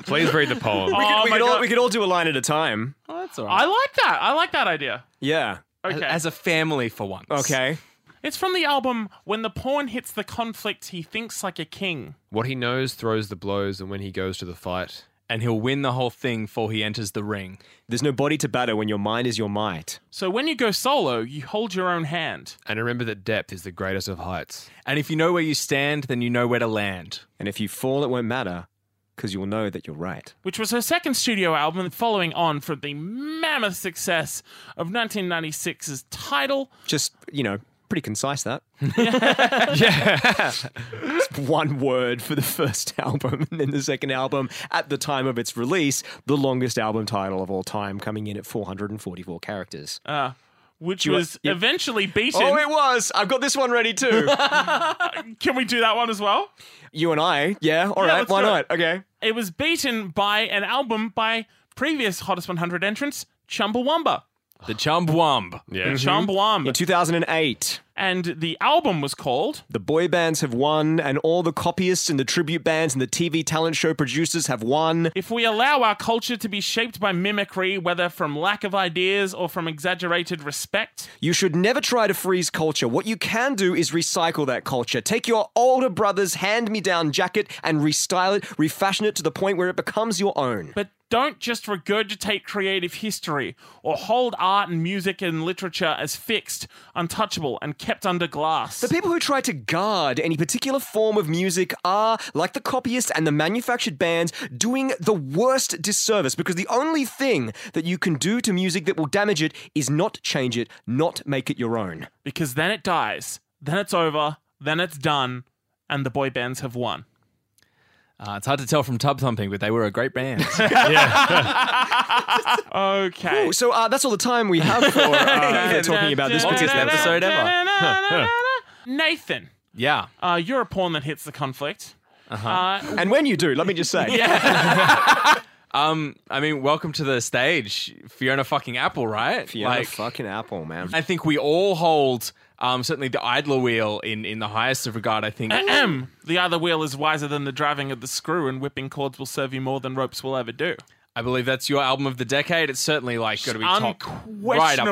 S2: Please read the poem.
S4: Oh
S3: we,
S4: my
S3: could all,
S4: God.
S3: we could all do a line at a time.
S1: Oh, that's all
S4: I
S1: right.
S4: like that. I like that idea.
S3: Yeah.
S4: Okay.
S1: As a family for once.
S3: Okay.
S4: it's from the album When the Pawn Hits the Conflict, He Thinks Like a King.
S2: What he knows throws the blows, and when he goes to the fight,
S1: And he'll win the whole thing before he enters the ring.
S3: There's no body to batter when your mind is your might.
S4: So when you go solo, you hold your own hand.
S2: and remember that depth is the greatest of heights.
S1: And if you know where you stand, then you know where to land.
S3: And if you fall, it won't matter because you'll know that you're right.
S4: which was her second studio album, following on from the mammoth success of 1996's title.
S3: Just, you know, pretty concise that. yeah. Just one word for the first album and then the second album at the time of its release, the longest album title of all time, coming in at 444 characters.
S4: Oh. Which
S3: wa-
S4: was
S3: you-
S4: eventually beaten.
S3: oh, it was. I've got this one ready too.
S4: Can we do that one as well?
S3: you and I. Yeah. All right.
S4: let's
S3: Why
S4: do it.
S3: not? Okay.
S4: It was beaten by an album by previous Hottest 100 entrants, Chumbawamba.
S1: The chump wump.
S2: Yeah.
S4: Chumbawamba.
S3: In 2008.
S4: and the album was called
S3: The boy bands have won, and all the copyists and the tribute bands and the TV talent show producers have won.
S4: If We Allow Our Culture to Be Shaped by Mimicry, whether from lack of ideas or from exaggerated respect.
S3: You should never try to freeze culture. What you can do is recycle that culture. Take your older brother's hand me down jacket and restyle it, refashion it to the point where it becomes your own.
S4: But don't just regurgitate creative history or hold art and music and literature as fixed, untouchable, and kept under glass.
S3: The people who try to guard any particular form of music are, like the copyists and the manufactured bands, doing the worst disservice because the only thing that you can do to music that will damage it is not change it, not make it your own.
S4: because then it dies, then it's over, then it's done, and the boy bands have won.
S1: Uh, it's hard to tell from tub thumping, but they were a great band.
S4: Okay.
S3: Ooh, so uh, that's all the time we have for, uh, for talking about this
S1: Longest
S3: particular episode.
S1: episode ever.
S4: Nathan,
S1: yeah.
S4: uh, you're a pawn that hits the conflict. Uh-huh.
S3: And when you do, let me just say,
S1: Um, I mean, welcome to the stage, Fiona fucking Apple, right?
S3: Fiona
S1: Like,
S3: fucking Apple, man.
S1: I think we all hold um, certainly the idler wheel in, in the highest of regard. I think
S4: the other wheel is wiser than the driving of the screw, and whipping cords will serve you more than ropes will ever do.
S1: I believe that's your album of the decade. It's certainly like got to be top, right up the top.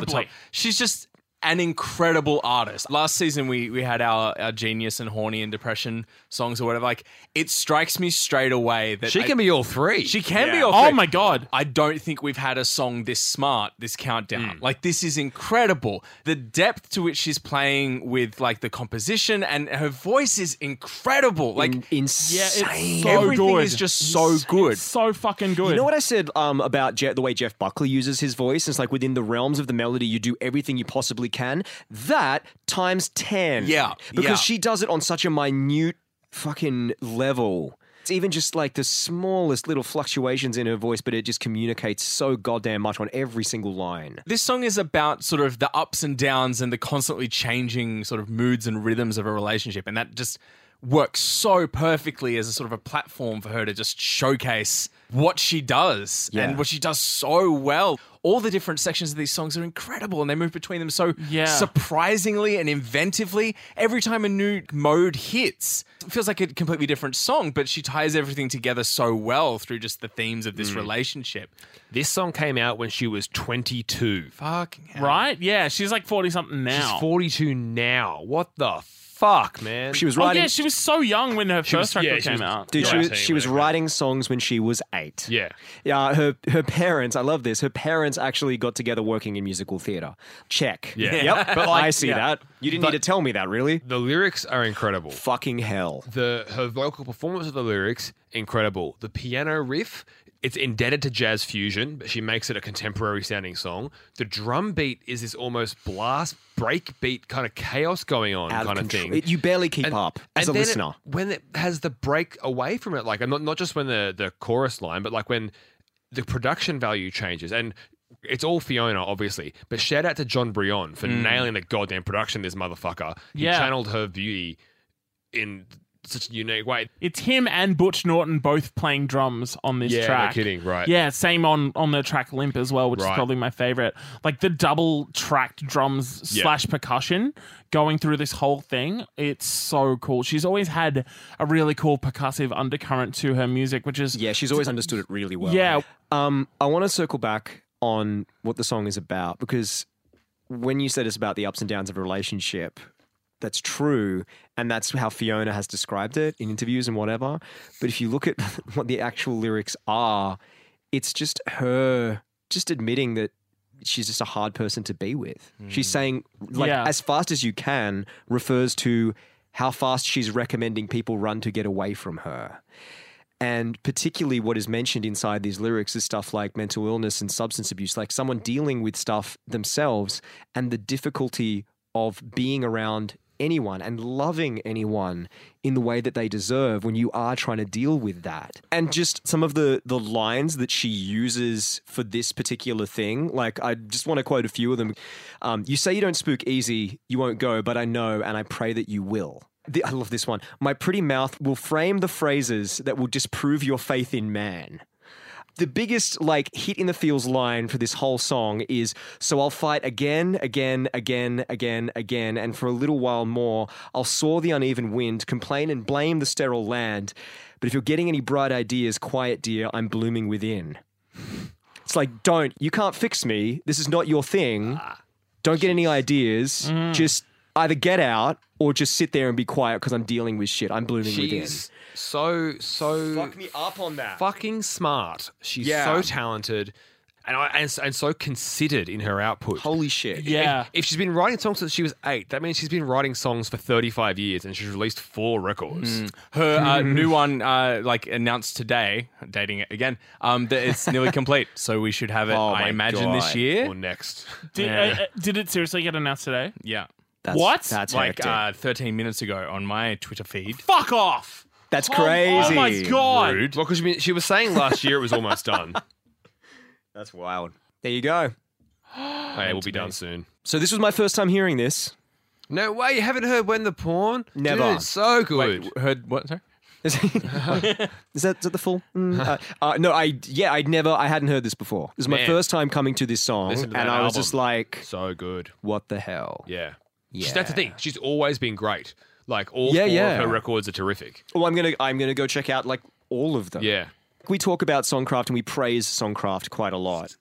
S4: Unquestionably.
S1: She's just an incredible artist. Last season we we had our our genius and horny and depression songs or whatever. Like it strikes me straight away that
S2: She
S1: I-
S2: can be all three.
S1: she can be.
S4: Yeah.
S1: all
S4: Oh
S1: three.
S4: my God.
S1: I don't think we've had a song this smart, this countdown. Like this is incredible. The depth to which she's playing with like the composition and her voice is incredible. Like
S3: In- insane.
S4: so
S1: everything
S4: good.
S1: is just so good.
S4: so fucking good.
S3: You know what I said um, about Je- the way Jeff Buckley uses his voice? It's like within the realms of the melody, you do everything you possibly can. That times 10.
S1: Yeah,
S3: Because
S1: yeah.
S3: she does it on such a minute fucking level. It's even just like the smallest little fluctuations in her voice, but it just communicates so goddamn much on every single line.
S1: This song is about sort of the ups and downs and the constantly changing sort of moods and rhythms of a relationship. And that just works so perfectly as a sort of a platform for her to just showcase what she does and what she does so well. All the different sections of these songs are incredible and they move between them so
S4: Yeah.
S1: surprisingly and inventively. Every time a new mode hits, it feels like a completely different song, but she ties everything together so well through just the themes of this relationship.
S2: This song came out when she was 22.
S1: Fucking hell.
S4: Right? Yeah, she's like forty something now.
S2: She's 42 now. What the fuck, man?
S3: She was
S4: Oh
S3: writing.
S4: yeah, she was so young when her
S2: was-
S4: first record
S2: yeah, she
S4: came
S2: was-
S4: out.
S3: Dude, she
S2: Yeah.
S3: was, she was
S2: Whatever.
S3: writing songs when she was eight.
S2: Yeah.
S3: Yeah, her her parents. I love this. Her parents actually got together working in musical theater. Check.
S2: Yeah.
S3: Yep. But I see
S4: yeah.
S3: that. You didn't need to tell me that, really.
S2: The lyrics are incredible.
S3: Fucking hell.
S2: The her vocal performance of the lyrics incredible. The piano riff it's indebted to jazz fusion, but she makes it a contemporary sounding song. The drum beat is this almost blast break beat kind of chaos going on
S3: Out
S2: kind
S3: of
S2: of
S3: control.
S2: thing.
S3: It- you barely keep up as a
S2: then it-
S3: listener.
S2: when it has the break away from it, like and not not just when the the chorus line, but like when the production value changes and. It's all Fiona, obviously, but shout out to John Brion
S3: Mm.
S2: for nailing the goddamn production. This motherfucker, he
S4: Yeah.
S2: channeled her beauty in such a unique way.
S4: It's him and Butch Norton both playing drums on this
S2: Yeah, no
S4: track.
S2: kidding, right.
S4: Yeah, same on on the track Limp as well, which is
S2: Right.
S4: probably my favorite. Like the double tracked drums
S2: Yeah.
S4: slash percussion going through this whole thing. It's so cool. She's always had a really cool percussive undercurrent to her music, which is
S3: Yeah, she's always understood it really well.
S4: Yeah.
S3: Um, I want to circle back on what the song is about because when you said it's about the ups and downs of a relationship, that's true, and that's how Fiona has described it in interviews and whatever. But if you look at what the actual lyrics are, it's just her just admitting that she's just a hard person to be with. She's saying like
S4: Yeah.
S3: as fast as you can refers to how fast she's recommending people run to get away from her. And particularly what is mentioned inside these lyrics is stuff like mental illness and substance abuse, like someone dealing with stuff themselves and the difficulty of being around anyone and loving anyone in the way that they deserve when you are trying to deal with that. And just some of the the lines that she uses for this particular thing, like I just want to quote a few of them. Um, you say you don't spook easy, you won't go, but I know and I pray that you will. The, I love this one. My pretty mouth will frame the phrases that will disprove your faith in man. The biggest like hit in the fields line for this whole song is so I'll fight again, again, again, again, again, and for a little while more, I'll saw the uneven wind, complain and blame the sterile land. But if you're getting any bright ideas, quiet dear, I'm blooming within. It's like, don't, you can't fix me. This is not your thing.
S4: Ah,
S3: Don't get any ideas.
S4: Mm.
S3: Just either get out or just sit there and be quiet because I'm dealing with shit. I'm blooming within.
S2: She's so so
S3: me up on that.
S2: fucking smart. She's
S3: Yeah.
S2: so talented, and I and, and so considered in her output.
S3: Holy shit.
S4: Yeah.
S2: If she's been writing songs since she was eight, that means she's been writing songs for 35 years and she's released four records.
S1: Her uh, new one, uh, like announced today, dating it again, um, that it's nearly complete. So we should have it,
S3: Oh my
S1: I imagine, this
S3: God.
S1: year.
S2: Or next.
S4: Did, uh, uh, did it seriously get announced today?
S1: Yeah.
S3: That's,
S4: What?
S3: That's
S1: Like
S3: hectic.
S1: uh, 13 minutes ago on my Twitter feed.
S4: Fuck off.
S3: that's
S4: Oh-
S3: crazy.
S4: Oh my god.
S2: Well, because she, she was saying last year it was almost done.
S3: That's wild. There you go.
S2: hey, we'll be done soon.
S3: So this was my first time hearing this.
S2: No way, you haven't heard When the Porn?
S3: Never.
S2: Dude, so good.
S1: Wait, heard what? Sorry?
S3: Is, is that is that the full? Mm, uh, uh, no, I yeah, I'd never, I hadn't heard this before. This is my
S2: Man.
S3: first time coming to this song,
S2: Listen
S3: and
S2: to that
S3: I was
S2: album.
S3: just like,
S2: so good.
S3: "What the hell?"
S2: Yeah. She's- That's the thing. She's always been great. Like all
S3: Yeah,
S2: four
S3: yeah.
S2: of her records are terrific.
S3: Oh, Well, I'm gonna I'm gonna go check out like all of them.
S2: Yeah.
S3: We talk about songcraft and we praise songcraft quite a lot.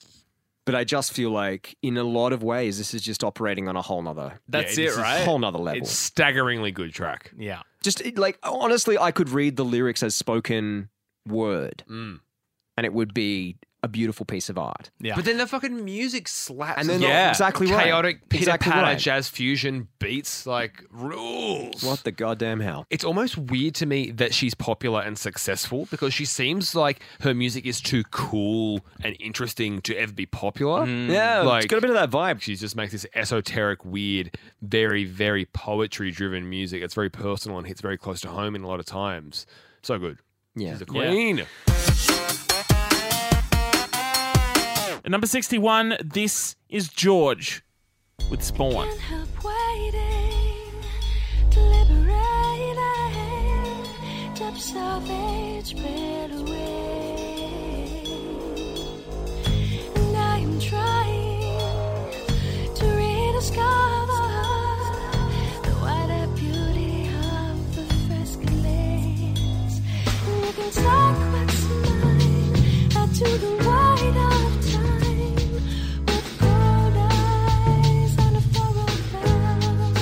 S3: But I just feel like in a lot of ways this is just operating on a whole nother
S1: That's
S2: Yeah,
S1: it,
S2: this is
S1: right?
S3: whole nother level.
S2: It's staggeringly good track.
S1: yeah.
S3: just it- like honestly, I could read the lyrics as spoken word
S2: Mm.
S3: and it would be a beautiful piece of art.
S1: Yeah.
S2: But then the fucking music slaps.
S3: And they're
S1: Yeah.
S3: not exactly right.
S2: chaotic pitter
S3: exactly
S2: patter
S3: right.
S2: jazz fusion beats like rules.
S3: What the goddamn hell?
S2: It's almost weird to me that she's popular and successful because she seems like her music is too cool and interesting to ever be popular.
S3: Yeah,
S2: Mm, Like-
S3: it's got a bit of that vibe.
S2: She just makes this esoteric, weird, very, very poetry driven music. It's very personal and hits very close to home in a lot of times. So good.
S3: Yeah.
S2: She's a queen.
S4: At number 61, this is George with Spawn.
S8: Can't help waiting, deliberating, depths of age spread away. And I am trying to rediscover the wider beauty of the fresco lanes. And you can take what's mine out to the light of time with cold eyes and a furrowed brow.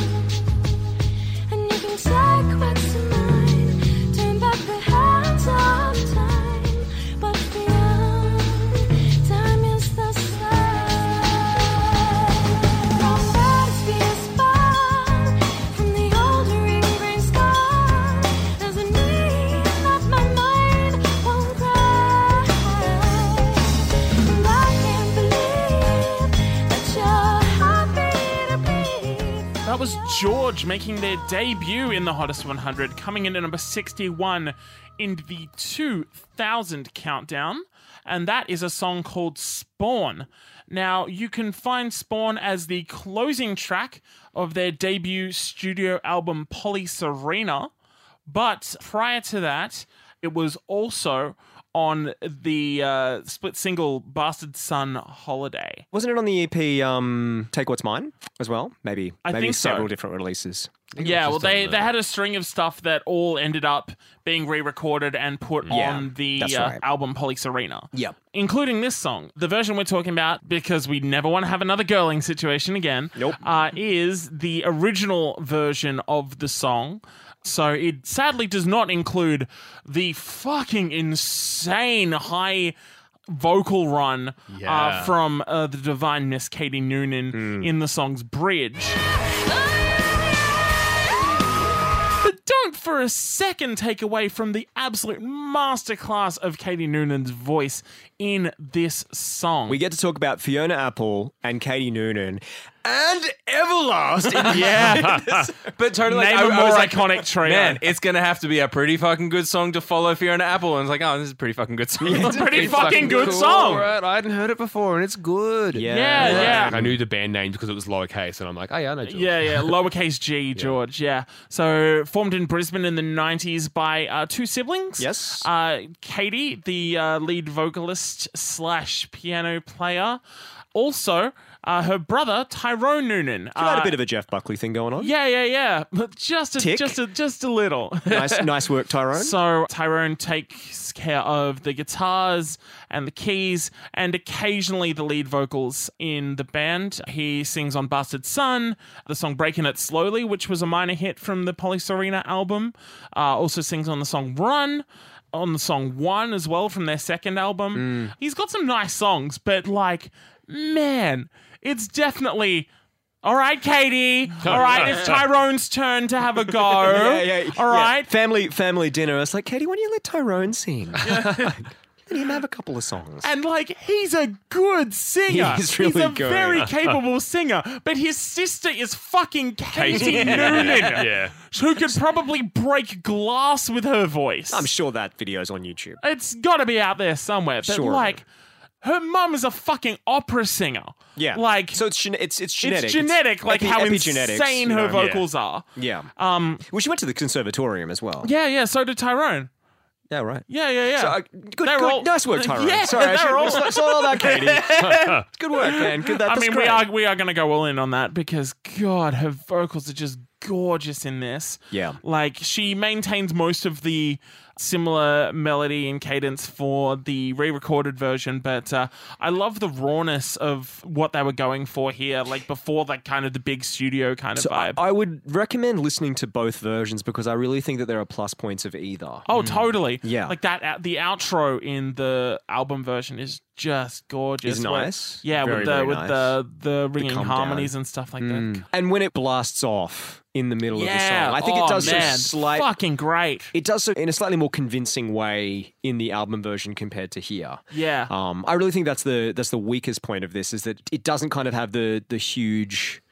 S8: And you can take what's mine, turn back the hands of time, but beyond time is the sun. From birds we aspire, from the oldering grey sky, there's a need that my mind won't cry. And I can't believe that you're happy to be.
S4: That was George making their debut in the Hottest 100, coming in at number 61 in the 2000 countdown. And that is a song called Spawn. Now, you can find Spawn as the closing track of their debut studio album Poly Serena. But prior to that, it was also on the uh, split single Bastard Son Holiday.
S3: Wasn't it on the EP um, Take What's Mine as well? Maybe
S4: I
S3: maybe
S4: think so.
S3: several different releases.
S4: Yeah, well, they, they had a string of stuff that all ended up being re recorded and put
S3: Yeah,
S4: on the
S3: that's
S4: uh,
S3: right.
S4: album Polyserena.
S3: Yep.
S4: Including this song. The version we're talking about, because we never want to have another girling situation again, nope. uh, is the original version of the song. So it sadly does not include the fucking insane high vocal run uh,
S2: Yeah.
S4: from uh, the divine Miss Katie Noonan
S3: Hmm.
S4: in the song's bridge. But don't for a second take away from the absolute masterclass of Katie Noonan's voice in this song.
S3: We get to talk about Fiona Apple and Katie Noonan and Everlast.
S4: yeah,
S1: But totally,
S4: name
S1: like, I-
S4: a
S1: I
S4: more
S1: was like,
S4: iconic trio.
S1: man, it's gonna have to be a pretty fucking good song to follow Fiona Apple. And it's like, oh, this is a pretty fucking good song.
S4: pretty fucking good song.
S2: Right? I hadn't heard it before and it's good.
S4: Yeah, yeah.
S2: I knew the band name because it was lowercase and I'm like, oh yeah, I know George.
S4: Yeah, yeah, lowercase g, George. Yeah. So formed in Brisbane in the '90s by uh, two siblings.
S3: Yes.
S4: Uh, Katie, the uh, lead vocalist slash piano player, also uh, her brother Tyrone Noonan.
S3: You had a
S4: Uh,
S3: bit of a Jeff Buckley thing going on.
S4: Yeah, yeah, yeah. But Just a,
S3: Tick.
S4: just a, just a little.
S3: Nice, nice work, Tyrone.
S4: So Tyrone takes care of the guitars and the keys and occasionally the lead vocals in the band. He sings on Bastard Son, the song Breaking It Slowly, which was a minor hit from the Polyserena album. Uh, also sings on the song Run. On the song One as well from their second album. He's got some nice songs, but like, man, it's definitely. All right, Katie. All right, it's Tyrone's turn to have a go. All right.
S3: Family family dinner. It's like, Katie, why don't you let Tyrone sing? let him have a couple of songs.
S4: And like he's a good singer.
S3: He's really
S4: a
S3: good.
S4: very capable singer. But his sister is fucking Katie Noonan,
S2: yeah.
S4: who could probably break glass with her voice.
S3: I'm sure that video's on YouTube.
S4: it's got to be out there somewhere. But
S3: Sure.
S4: like, her mum is a fucking opera singer.
S3: Yeah.
S4: like
S3: so it's gen- it's it's genetic.
S4: It's genetic, like
S3: epi-
S4: how
S3: epigenetics,
S4: insane
S3: you
S4: her
S3: know.
S4: vocals are.
S3: Yeah. Um. Well, she went to the conservatorium as well.
S4: Yeah, yeah. So did Tyrone.
S3: Yeah. Right.
S4: Yeah, yeah, yeah.
S3: So, uh, good,
S4: They're
S3: good,
S4: all-
S3: nice work, Tyrone.
S4: Yeah,
S3: Sorry, I
S4: they're
S3: should,
S4: all-
S3: it's not- it's not all about Katie. good work, man. Good, that,
S4: I
S3: that's
S4: mean, we
S3: great.
S4: are we are going to go all in on that because God, her vocals are just gorgeous in this.
S3: Yeah.
S4: Like she maintains most of the similar melody and cadence for the re-recorded version, but uh, I love the rawness of what they were going for here. Like before, like kind of the big studio kind of
S3: So uh, I,
S4: vibe.
S3: I would recommend listening to both versions because I really think that there are plus points of either.
S4: Oh, totally.
S3: mm, Yeah.
S4: Like that, out- the outro in the album version is just gorgeous.
S3: Is
S4: Where-
S3: nice.
S4: yeah,
S3: Very,
S4: with the
S3: very
S4: with
S3: nice.
S4: the the ringing
S3: calm Mm.
S4: harmonies and stuff like that.
S3: And when it blasts off in the middle of the
S4: Yeah,
S3: song, I think
S4: oh,
S3: it does
S4: man.
S3: so slight.
S4: Fucking great.
S3: It does so in a slightly more convincing way in the album version compared to here.
S4: Yeah.
S3: Um, I really think that's the that's the weakest point of this is that it doesn't kind of have the the huge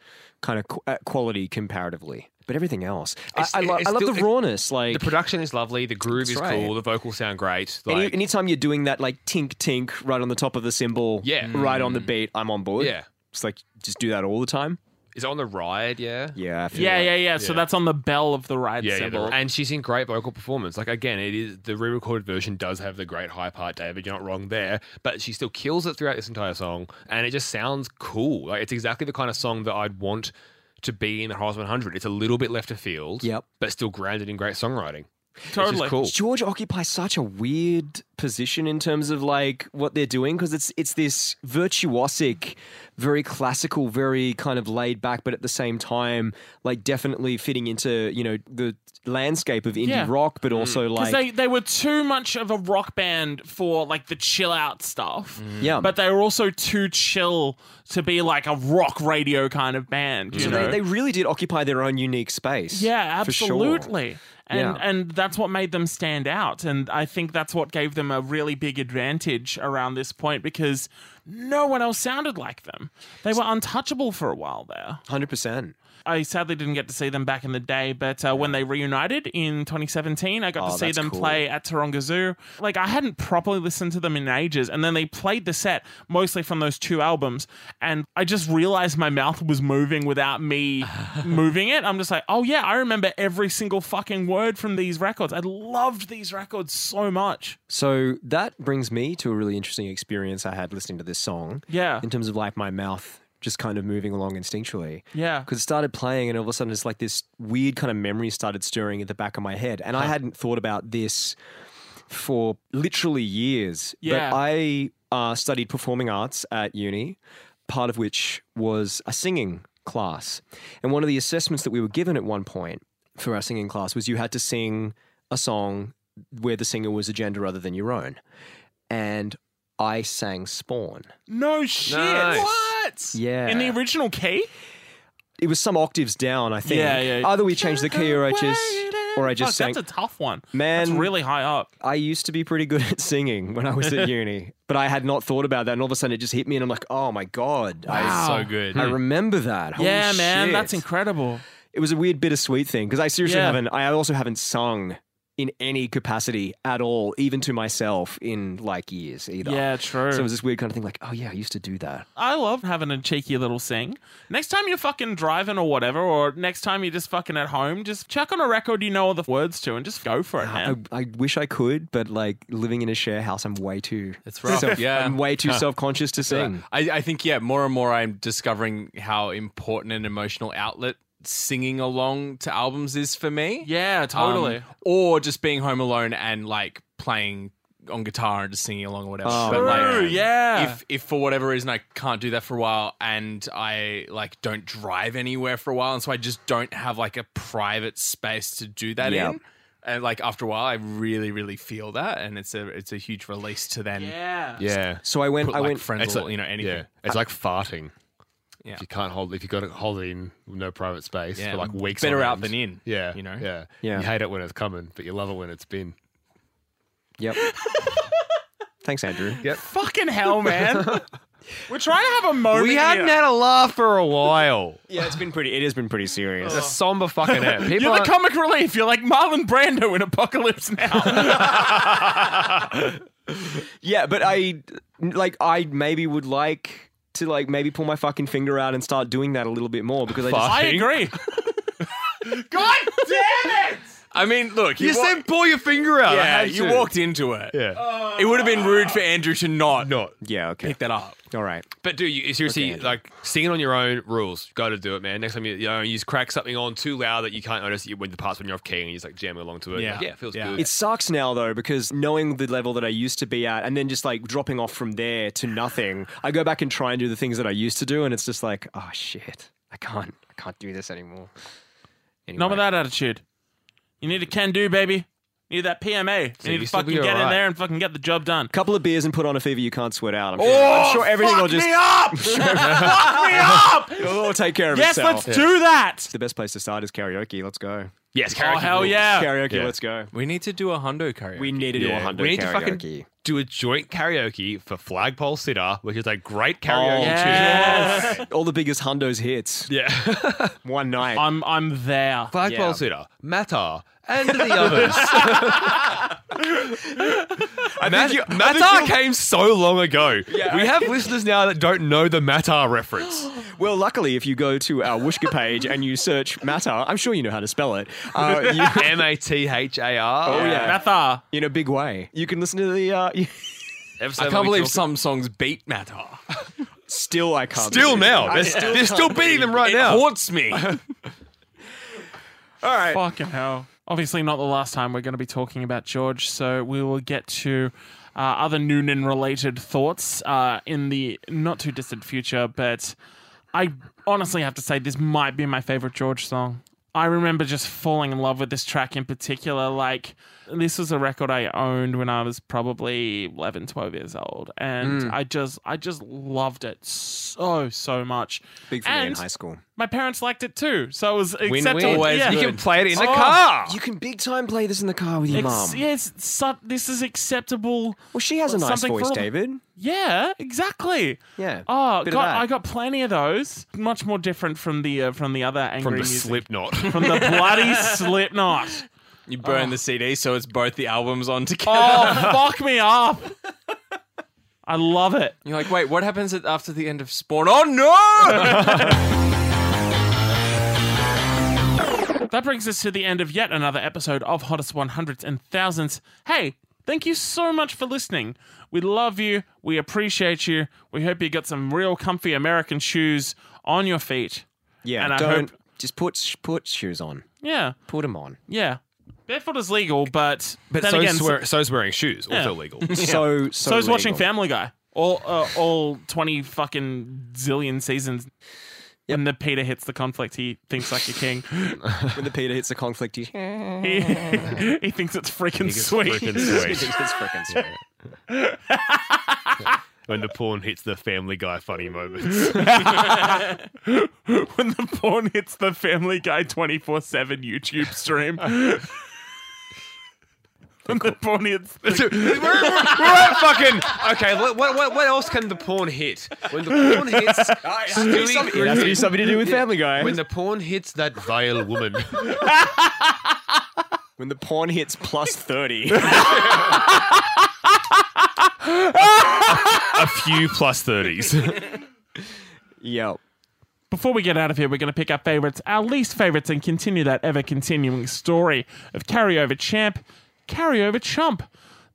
S3: kind of qu- uh, quality comparatively, but everything else, I,
S2: It's-
S3: I, lo-
S2: it's
S3: I love
S2: still-
S3: the
S2: it-
S3: rawness. Like
S2: The production is lovely. The groove is
S3: right.
S2: cool. The vocals sound great.
S3: any,
S2: Like,
S3: anytime you're doing that, like tink tink right on the top of the cymbal,
S2: Yeah.
S3: right on the beat, I'm on board.
S2: Yeah.
S3: it's like just do that all the time.
S2: is it on the ride? Yeah.
S3: Yeah, I feel
S4: yeah,
S3: that.
S4: yeah, yeah. So
S2: Yeah.
S4: that's on the bell of the ride
S2: Yeah, yeah,
S4: symbol.
S2: the- and she's in great vocal performance. Like again, it is the re-recorded version does have the great high part, David. You're not wrong there, but she still kills it throughout this entire song, and it just sounds cool. Like it's exactly the kind of song that I'd want to be in the Horizon 100. It's a little bit left of field,
S3: Yep.
S2: but still grounded in great songwriting.
S4: totally.
S2: which is cool.
S3: George occupies such a weird position in terms of like what they're doing because it's it's this virtuosic, very classical, very kind of laid back, but at the same time, like definitely fitting into you know the landscape of indie
S4: Yeah.
S3: rock, but also like
S4: Because they, they were too much of a rock band for like the chill out stuff.
S3: yeah,
S4: But they were also too chill to be like a rock radio kind of band. You
S3: so
S4: know?
S3: they, they really did occupy their own unique space.
S4: Yeah,
S3: for sure.
S4: absolutely. And
S3: Yeah.
S4: and that's what made them stand out. And I think that's what gave them a really big advantage around this point because no one else sounded like them. They were untouchable for a while there.
S3: Hundred percent.
S4: I sadly didn't get to see them back in the day, but uh, when they reunited in 2017, I got
S3: Oh,
S4: to see
S3: that's
S4: them
S3: cool.
S4: play at Taronga Zoo. Like, I hadn't properly listened to them in ages, and then they played the set mostly from those two albums, and I just realized my mouth was moving without me moving it. I'm just like, oh yeah, I remember every single fucking word from these records. I loved these records so much.
S3: So that brings me to a really interesting experience I had listening to this song.
S4: Yeah.
S3: in terms of like my mouth just kind of moving along instinctually.
S4: Yeah.
S3: because it started playing and all of a sudden it's like this weird kind of memory started stirring at the back of my head and i hadn't thought about this for literally years
S4: Yeah.
S3: but i uh, studied performing arts at uni part of which was a singing class and one of the assessments that we were given at one point for our singing class was you had to sing a song where the singer was a gender other than your own and i sang spawn
S4: No shit.
S2: Nice.
S4: What?
S3: Yeah.
S4: In the original key?
S3: it was some octaves down, I think.
S4: Yeah, yeah.
S3: Either we changed the key or I just or I just
S4: Fuck,
S3: sang.
S4: That's a tough one.
S3: Man,
S4: That's really high up.
S3: I used to be pretty good at singing when I was at uni, but I had not thought about that, and all of a sudden it just hit me, and I'm like, oh my god, I,
S1: So good.
S3: I remember that. Holy
S4: yeah, man,
S3: shit.
S4: that's incredible.
S3: It was a weird bittersweet thing because I seriously
S4: Yeah.
S3: haven't. I also haven't sung in any capacity at all, even to myself, in like years either.
S4: Yeah, true.
S3: So it was this weird kind of thing, like, oh yeah, I used to do that.
S4: I love having a cheeky little sing. Next time you're fucking driving or whatever, or next time you're just fucking at home, just chuck on a record you know all the words to and just go for it,
S3: Ah, I,
S4: man.
S3: I wish I could, but like living in a share house, I'm way too.
S1: It's rough,
S3: self-
S1: yeah.
S3: I'm way too self conscious to sing.
S1: I, I think yeah, more and more I'm discovering how important an emotional outlet singing along to albums is for me.
S4: Yeah,
S1: Um,
S4: totally.
S1: or just being home alone and like playing on guitar and just singing along or whatever.
S3: Oh,
S1: But, like,
S4: True, yeah.
S1: If if for whatever reason I can't do that for a while and I like don't drive anywhere for a while and so I just don't have like a private space to do that
S3: Yep.
S1: in. And like after a while I really, really feel that and it's a it's a huge release to then
S4: yeah.
S2: Yeah,
S3: So I went.
S1: put
S3: I
S1: like
S3: went.
S1: friends
S2: it's
S1: or
S2: like,
S1: you know anything.
S2: Yeah, it's like farting.
S1: Yeah.
S2: If you can't hold, if you got to hold it in no private space
S1: Yeah,
S2: for like weeks,
S1: better
S2: on
S1: out
S2: end.
S1: than in,
S2: Yeah,
S1: you know?
S2: Yeah,
S3: Yeah.
S2: You hate it when it's coming, but you love it when it's been.
S3: Yep. Thanks, Andrew.
S4: Fucking hell, man. We're trying to have a moment.
S2: We hadn't
S4: here.
S2: had a laugh for a while.
S3: Yeah, it's been pretty. It has been pretty serious.
S2: It's a somber fucking app. People
S4: You're the
S2: aren't-
S4: comic relief. You're like Marlon Brando in Apocalypse Now.
S3: Yeah, but I like. I maybe would like to like maybe pull my fucking finger out and start doing that a little bit more because I just.
S2: Fuck.
S4: I agree. God damn it!
S1: I mean, look,
S2: You
S1: wa-
S2: said pull your finger out. I
S1: yeah,
S2: had
S1: you Uh,
S2: to.
S1: walked into it.
S2: Yeah.
S1: It would have been rude
S4: Ah.
S1: for Andrew to not,
S2: Not.
S3: Yeah, okay.
S1: pick that up.
S3: All right.
S2: But dude, you, seriously,
S3: Andrew.
S2: like singing on your own rules. Got to do it, man. Next time you you, know, you just crack something on too loud that you can't notice you, when the parts when you're off key and you just like jamming along to it.
S1: Yeah.
S2: Like, yeah, it feels
S1: Yeah.
S2: good.
S3: It sucks now though because knowing the level that I used to be at and then just like dropping off from there to nothing, I go back and try and do the things that I used to do and it's just like, oh shit, I can't, I can't do this anymore. Anyway,
S4: Not with that attitude. You need a can do, baby. You need that PMA. You need
S2: you
S4: to
S2: still
S4: fucking
S2: be
S4: get in
S2: alright.
S4: there and fucking get the job done.
S3: couple of beers and put on a fever you can't sweat out. I'm sure, I'm sure everything will just
S1: up!
S3: it'll all take care of
S4: Yes,
S3: itself.
S4: let's do that.
S3: the best place to start is karaoke. Let's go.
S2: yes,
S4: Oh,
S2: karaoke
S4: hell
S2: rules.
S4: yeah.
S3: Karaoke,
S2: Yeah.
S3: let's go.
S1: We need to do a hundo karaoke.
S3: We need to do
S2: Yeah.
S3: a hundred
S2: We need to
S3: karaoke.
S2: fucking Do a joint karaoke for Flagpole Sitter, which is a great karaoke
S3: Oh,
S2: tune.
S4: Yes.
S3: All the biggest hundos hits.
S2: Yeah.
S3: One night.
S4: I'm I'm there.
S2: Black
S3: Yeah.
S2: Ball Sitter, Matar, and the others. Mat- Matar came so long ago. We have listeners now that don't know the Matar reference.
S3: Well, luckily, if you go to our Wooshka page and you search matter, I'm sure you know how to spell it. Uh, you,
S2: M A T H A
S3: Oh,
S2: R.
S3: yeah.
S4: Matha.
S3: in a big way, you can listen to the. Uh,
S2: Episode
S1: I
S2: where
S1: can't
S2: we
S1: believe
S2: talk-
S1: some songs beat matter.
S3: still, I can't.
S2: Still
S3: believe it.
S2: now.
S3: I
S2: They're,
S3: still
S2: they're still beating them right
S1: It
S2: now.
S1: haunts me.
S3: All right.
S4: Fucking hell. Obviously, not the last time we're going to be talking about George, so we will get to uh, other Noonan related thoughts uh, in the not too distant future. But I honestly have to say, this might be my favorite George song. I remember just falling in love with this track in particular. Like, this was a record I owned when I was probably 11, 12 years old. And I just, I just loved it so, so much.
S3: Big for me in
S4: And-
S3: high school.
S4: My parents liked it too. So it was acceptable.
S1: Always
S4: Yeah.
S1: good.
S2: You can play it in the
S4: Oh.
S2: car.
S3: You can big time play this in the car with your
S4: Ex-
S3: mum.
S4: yes, su- this is acceptable.
S3: Well, she has a nice
S4: Something for
S3: voice,
S4: all the-
S3: David.
S4: Yeah, exactly.
S3: Yeah.
S4: Oh
S3: bit of
S4: God,
S3: that.
S4: I got plenty of those. Much more different from the uh, from the other angry
S2: From the
S4: music.
S2: Slipknot.
S4: from the bloody Slipknot.
S1: You burn the CD, so it's both the albums on together.
S4: Ah. Oh, fuck me up. I love it.
S1: You're like, wait, what happens at, after the end of Spawn? Oh no!
S4: That brings us to the end of yet another episode of Hottest 100s and Thousands. Hey, thank you so much for listening. We love you. We appreciate you. We hope you got some real comfy American shoes on your feet.
S3: Yeah.
S4: and I
S3: don't
S4: hope-
S3: just put sh- put shoes on.
S4: Yeah.
S3: Put them on.
S4: Yeah. Barefoot is legal, but,
S2: But
S4: then
S2: so's,
S4: again,
S2: swear, so's wearing shoes, also legal.
S3: So so.
S4: so is watching
S3: legal.
S4: Family Guy. All uh, all twenty fucking zillion seasons. And the Peter hits the conflict, he thinks like a king.
S3: when the Peter hits the conflict. He,
S4: he, he thinks it's freaking sweet.
S2: Freaking sweet.
S3: it's freaking sweet.
S2: when the porn hits the Family Guy funny moments.
S4: when the porn hits the Family Guy twenty four seven YouTube stream. when the porn hits the
S2: we're, we're, we're at fucking okay. What, what, what- what else can the porn hit? When the porn hits, Stewie
S3: It has to
S2: Griffin-
S3: be something to do with Family Guy.
S2: when the porn hits that vile woman,
S3: When the porn hits plus 30.
S2: a few plus thirties.
S3: yep.
S4: Before we get out of here, we're going to pick our favorites, our least favorites, and continue that ever continuing story of carryover champ, carryover chump.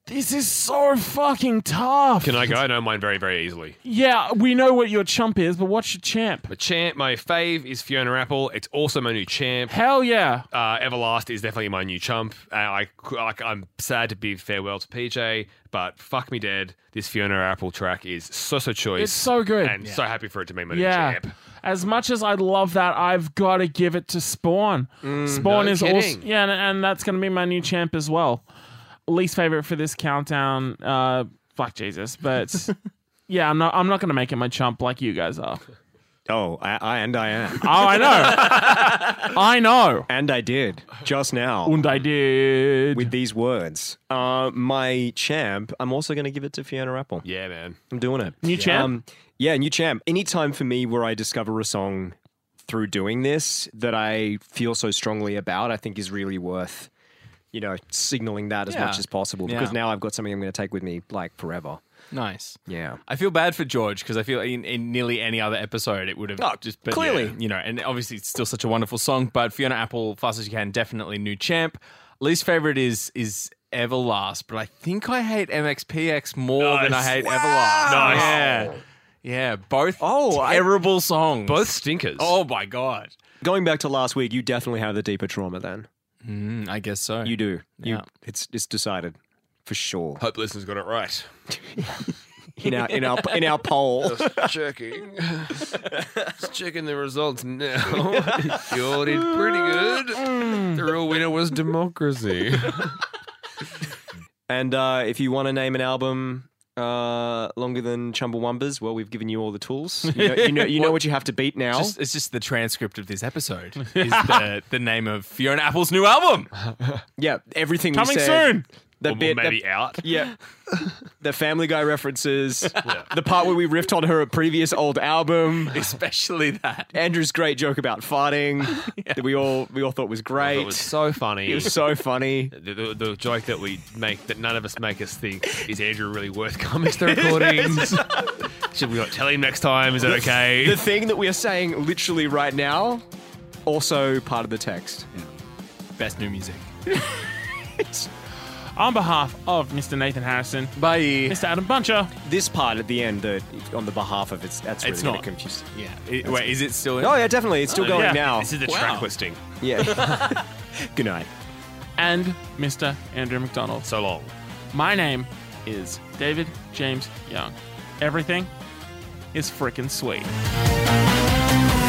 S4: This is so fucking tough.
S2: Can I go? I know mine very very easily.
S4: Yeah, we know what your chump is, but what's your champ?
S2: My champ, my fave is Fiona Apple. It's also my new champ.
S4: Hell yeah.
S2: Uh, Everlast is definitely my new chump. Uh, I like. I'm sad to bid farewell to PJ, but fuck me dead. This Fiona Apple track is so so choice.
S4: It's so good.
S2: and so happy for it to be my new
S4: Yeah.
S2: champ.
S4: As much as I love that, I've got to give it to Spawn. Spawn
S2: no
S4: is also
S2: kidding.
S4: yeah, and, and that's going to be my new champ as well. Least favorite for this countdown, uh, fuck Jesus, but yeah, I'm not I'm not going to make it my chump like you guys are.
S3: Oh, I, I and I am.
S4: Oh, I know, I know,
S3: and I did just now
S4: and I did.
S3: with these words. Uh, my champ, I'm also going to give it to Fiona Apple.
S2: Yeah, man.
S3: I'm doing it.
S4: New champ?
S3: Um, yeah, new champ. Any time for me where I discover a song through doing this that I feel so strongly about, I think is really worth, you know, signaling that as
S1: Yeah.
S3: much as possible
S1: Yeah.
S3: because now I've got something I'm going to take with me like forever.
S1: nice.
S3: Yeah.
S1: I feel bad for George because I feel in, in nearly any other episode it would have
S3: Oh,
S1: just been,
S3: clearly.
S1: you know, and obviously it's still such a wonderful song. But Fiona Apple, Fast as You Can, definitely new champ. least favorite is is Everlast, but I think I hate MXPX more than I
S2: Nice.
S1: hate Everlast.
S2: Nice.
S1: Yeah. Yeah, both
S3: Oh, I-
S1: terrible songs.
S2: Both stinkers.
S1: Oh my god.
S3: Going back to last week, you definitely have the deeper trauma then.
S1: Mm, I guess so.
S3: You do. You,
S1: Yeah.
S3: it's it's decided for sure.
S2: Hope listeners got it right.
S3: In our in our in our poll.
S2: checking. Just checking the results now. you all did pretty good.
S4: Mm.
S2: The real winner was democracy.
S3: And uh, if you want to name an album uh, longer than Chumbawamba's, well, we've given you all the tools. You know, you know, you know what you have to beat now.
S1: Just- it's just the transcript of this episode is the, the name of Fiona Apple's new album.
S3: yeah, everything we
S4: Coming
S3: said,
S4: soon.
S3: The
S2: Or
S3: bit, the-
S2: maybe out.
S3: yeah, the Family Guy references, the part where we riffed on her previous old album,
S1: Especially that.
S3: Andrew's great joke about farting that we all we all thought was great.
S2: It was so funny.
S3: It was so funny.
S2: the, the, the joke that we make that none of us make us think is Andrew really worth coming to the recordings? Should we not tell him next time? Is that okay?
S3: The thing that we are saying literally right now, also part of the text.
S1: Best new music.
S4: On behalf of Mr. Nathan Harrison,
S1: Bye.
S4: Mr. Adam Buncher,
S3: This part at the end, the on the behalf of it's that's really
S1: It's
S3: gonna
S1: not.
S3: confuse.
S1: Yeah. It- wait, is it still in?
S3: Oh yeah, definitely. It's still going
S4: yeah.
S3: now.
S2: Uh, This is the
S1: Wow.
S2: track listing.
S3: yeah. Good night.
S4: and Mr. Andrew McDonald.
S2: So long.
S4: My name is David James Young. Everything is freaking sweet.
S8: Everything